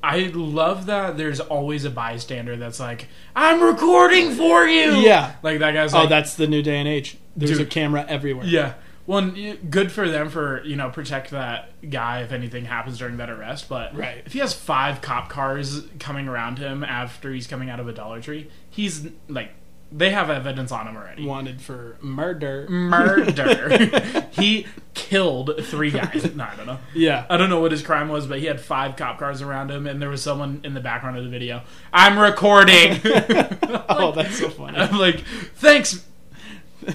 Speaker 1: I love that there's always a bystander that's like, I'm recording for you!
Speaker 2: Yeah.
Speaker 1: Like, that guy's
Speaker 2: Oh,
Speaker 1: like,
Speaker 2: that's the new day and age. There's
Speaker 1: Dude.
Speaker 2: a camera everywhere.
Speaker 1: Yeah. Well, and y- good for them for you know protect that guy if anything happens during that arrest. But
Speaker 2: Right.
Speaker 1: if he has five cop cars coming around him after he's coming out of a Dollar Tree, he's like they have evidence on him
Speaker 2: (laughs)
Speaker 1: already.
Speaker 2: Wanted for murder.
Speaker 1: Murder. (laughs) he killed three guys. No, I don't know. I
Speaker 2: (laughs) Yeah.
Speaker 1: don't know what his crime was, but he had five cop cars around him, and there was someone in the background of the video. I'm
Speaker 2: (laughs)
Speaker 1: recording.
Speaker 2: Oh, that's so funny.
Speaker 1: I'm like, thanks,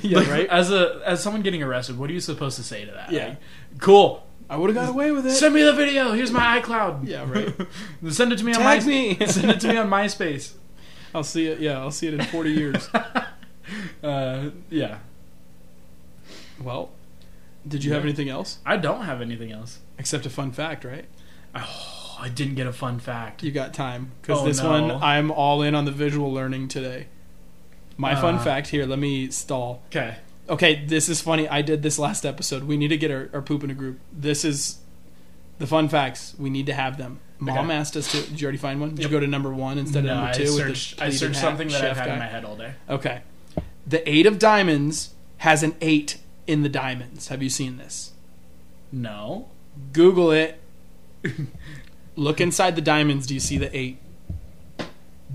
Speaker 2: Yeah, right.
Speaker 1: As a as someone getting arrested, what are you supposed to say to that?
Speaker 2: Yeah.
Speaker 1: Like, cool.
Speaker 2: I would have got away with it.
Speaker 1: Send me the video. Here's my iCloud.
Speaker 2: (laughs) Yeah, right.
Speaker 1: (laughs) Send it to me on
Speaker 2: Tag (laughs)
Speaker 1: MySpace.
Speaker 2: me.
Speaker 1: Send it to me on MySpace.
Speaker 2: I'll see it. Yeah, I'll see it in 40 (laughs) years.
Speaker 1: Uh, yeah.
Speaker 2: Well, did you have anything else
Speaker 1: I don't have anything else.
Speaker 2: except a fun fact, right?
Speaker 1: Oh, I didn't get a fun fact.
Speaker 2: You got time because
Speaker 1: Oh,
Speaker 2: this
Speaker 1: no.
Speaker 2: one I'm all in on the visual learning today. My fun
Speaker 1: Uh.
Speaker 2: fact here. Let me stall.
Speaker 1: Okay.
Speaker 2: Okay, this is funny. I did this last episode. We need to get our, our poop in a group. This is the fun facts. We need to have them. Mom
Speaker 1: Okay.
Speaker 2: asked us to. Did you already find one? Did you go to number one instead
Speaker 1: No,
Speaker 2: of number
Speaker 1: I
Speaker 2: two? with the
Speaker 1: searched, I
Speaker 2: pleated
Speaker 1: searched
Speaker 2: hat
Speaker 1: something that I've
Speaker 2: chef
Speaker 1: had in
Speaker 2: guy?
Speaker 1: my head all day.
Speaker 2: Okay. The eight of diamonds has an eight in the diamonds. Have you seen this?
Speaker 1: No. (laughs)
Speaker 2: Google it. Look inside the diamonds. Do you see the eight?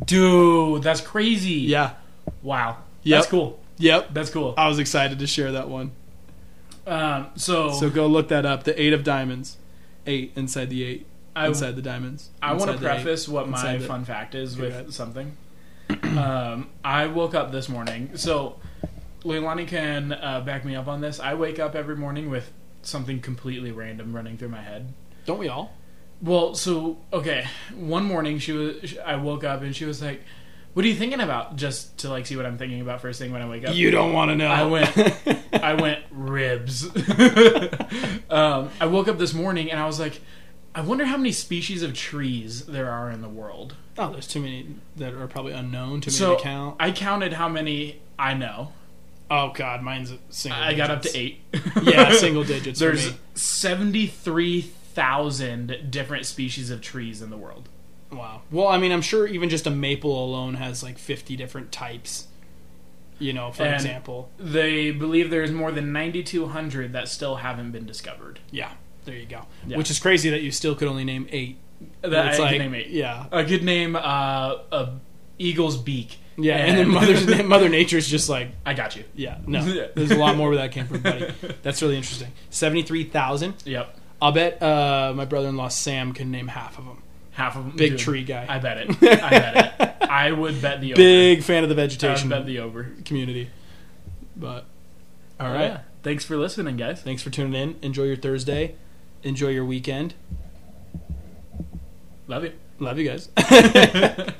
Speaker 1: Dude, that's crazy.
Speaker 2: Yeah.
Speaker 1: Wow.
Speaker 2: Yep.
Speaker 1: That's cool.
Speaker 2: Yep.
Speaker 1: That's cool.
Speaker 2: I was excited to share that one.
Speaker 1: Um, so,
Speaker 2: So go look that up. The eight of diamonds. Eight inside the eight.
Speaker 1: I,
Speaker 2: Inside the diamonds.
Speaker 1: I want to
Speaker 2: inside the eight.
Speaker 1: preface what my
Speaker 2: Inside the-
Speaker 1: fun fact is with
Speaker 2: right.
Speaker 1: something. um, I woke up this morning. So, Leilani can uh, back me up on this. I wake up every morning with something completely random running through my head.
Speaker 2: Don't we all?
Speaker 1: Well, so okay, one morning she was. I woke up and she was like, "What are you thinking about?" Just to like see what I'm thinking about first thing when I wake up.
Speaker 2: You don't want to know.
Speaker 1: I
Speaker 2: (laughs)
Speaker 1: went. I went ribs. (laughs) um, I woke up this morning and I was like, I wonder how many species of trees there are in the world.
Speaker 2: Oh, there's too many that are probably unknown. Too many
Speaker 1: So
Speaker 2: to count.
Speaker 1: I counted how many I know.
Speaker 2: Oh God, mine's a single.
Speaker 1: I got up to
Speaker 2: digits.
Speaker 1: eight. (laughs)
Speaker 2: Yeah, single digits. for
Speaker 1: There's
Speaker 2: me.
Speaker 1: seventy three thousand different species of trees in the world.
Speaker 2: Wow. Well, I mean, I'm sure even just a maple alone has like 50 different types. You know, for
Speaker 1: And-
Speaker 2: example.
Speaker 1: They believe there's more than ninety two hundred that still haven't been discovered.
Speaker 2: Yeah. There you go.
Speaker 1: Yeah.
Speaker 2: Which is crazy that you still could only name eight.
Speaker 1: That I
Speaker 2: It's
Speaker 1: could
Speaker 2: like-
Speaker 1: name eight.
Speaker 2: Yeah.
Speaker 1: I could name uh, a eagle's beak.
Speaker 2: Yeah. And, then
Speaker 1: (laughs)
Speaker 2: Mother Mother Nature's just like,
Speaker 1: I got you.
Speaker 2: yeah,
Speaker 1: (laughs)
Speaker 2: no.
Speaker 1: Yeah.
Speaker 2: There's a lot more where that came
Speaker 1: (laughs)
Speaker 2: from, buddy. That's really interesting. Seventy-three thousand.
Speaker 1: Yep.
Speaker 2: I'll bet uh, my brother-in-law Sam can name half of them.
Speaker 1: Half of them.
Speaker 2: Big tree guy.
Speaker 1: I bet
Speaker 2: (laughs)
Speaker 1: it. I bet it. I would bet the over.
Speaker 2: Big fan of the
Speaker 1: I would
Speaker 2: vegetation
Speaker 1: bet the Oh, over.
Speaker 2: community. But all
Speaker 1: All
Speaker 2: right.
Speaker 1: right. Thanks for listening, guys.
Speaker 2: Thanks for tuning in. Enjoy your Thursday. Enjoy your weekend.
Speaker 1: Love you.
Speaker 2: Love you guys.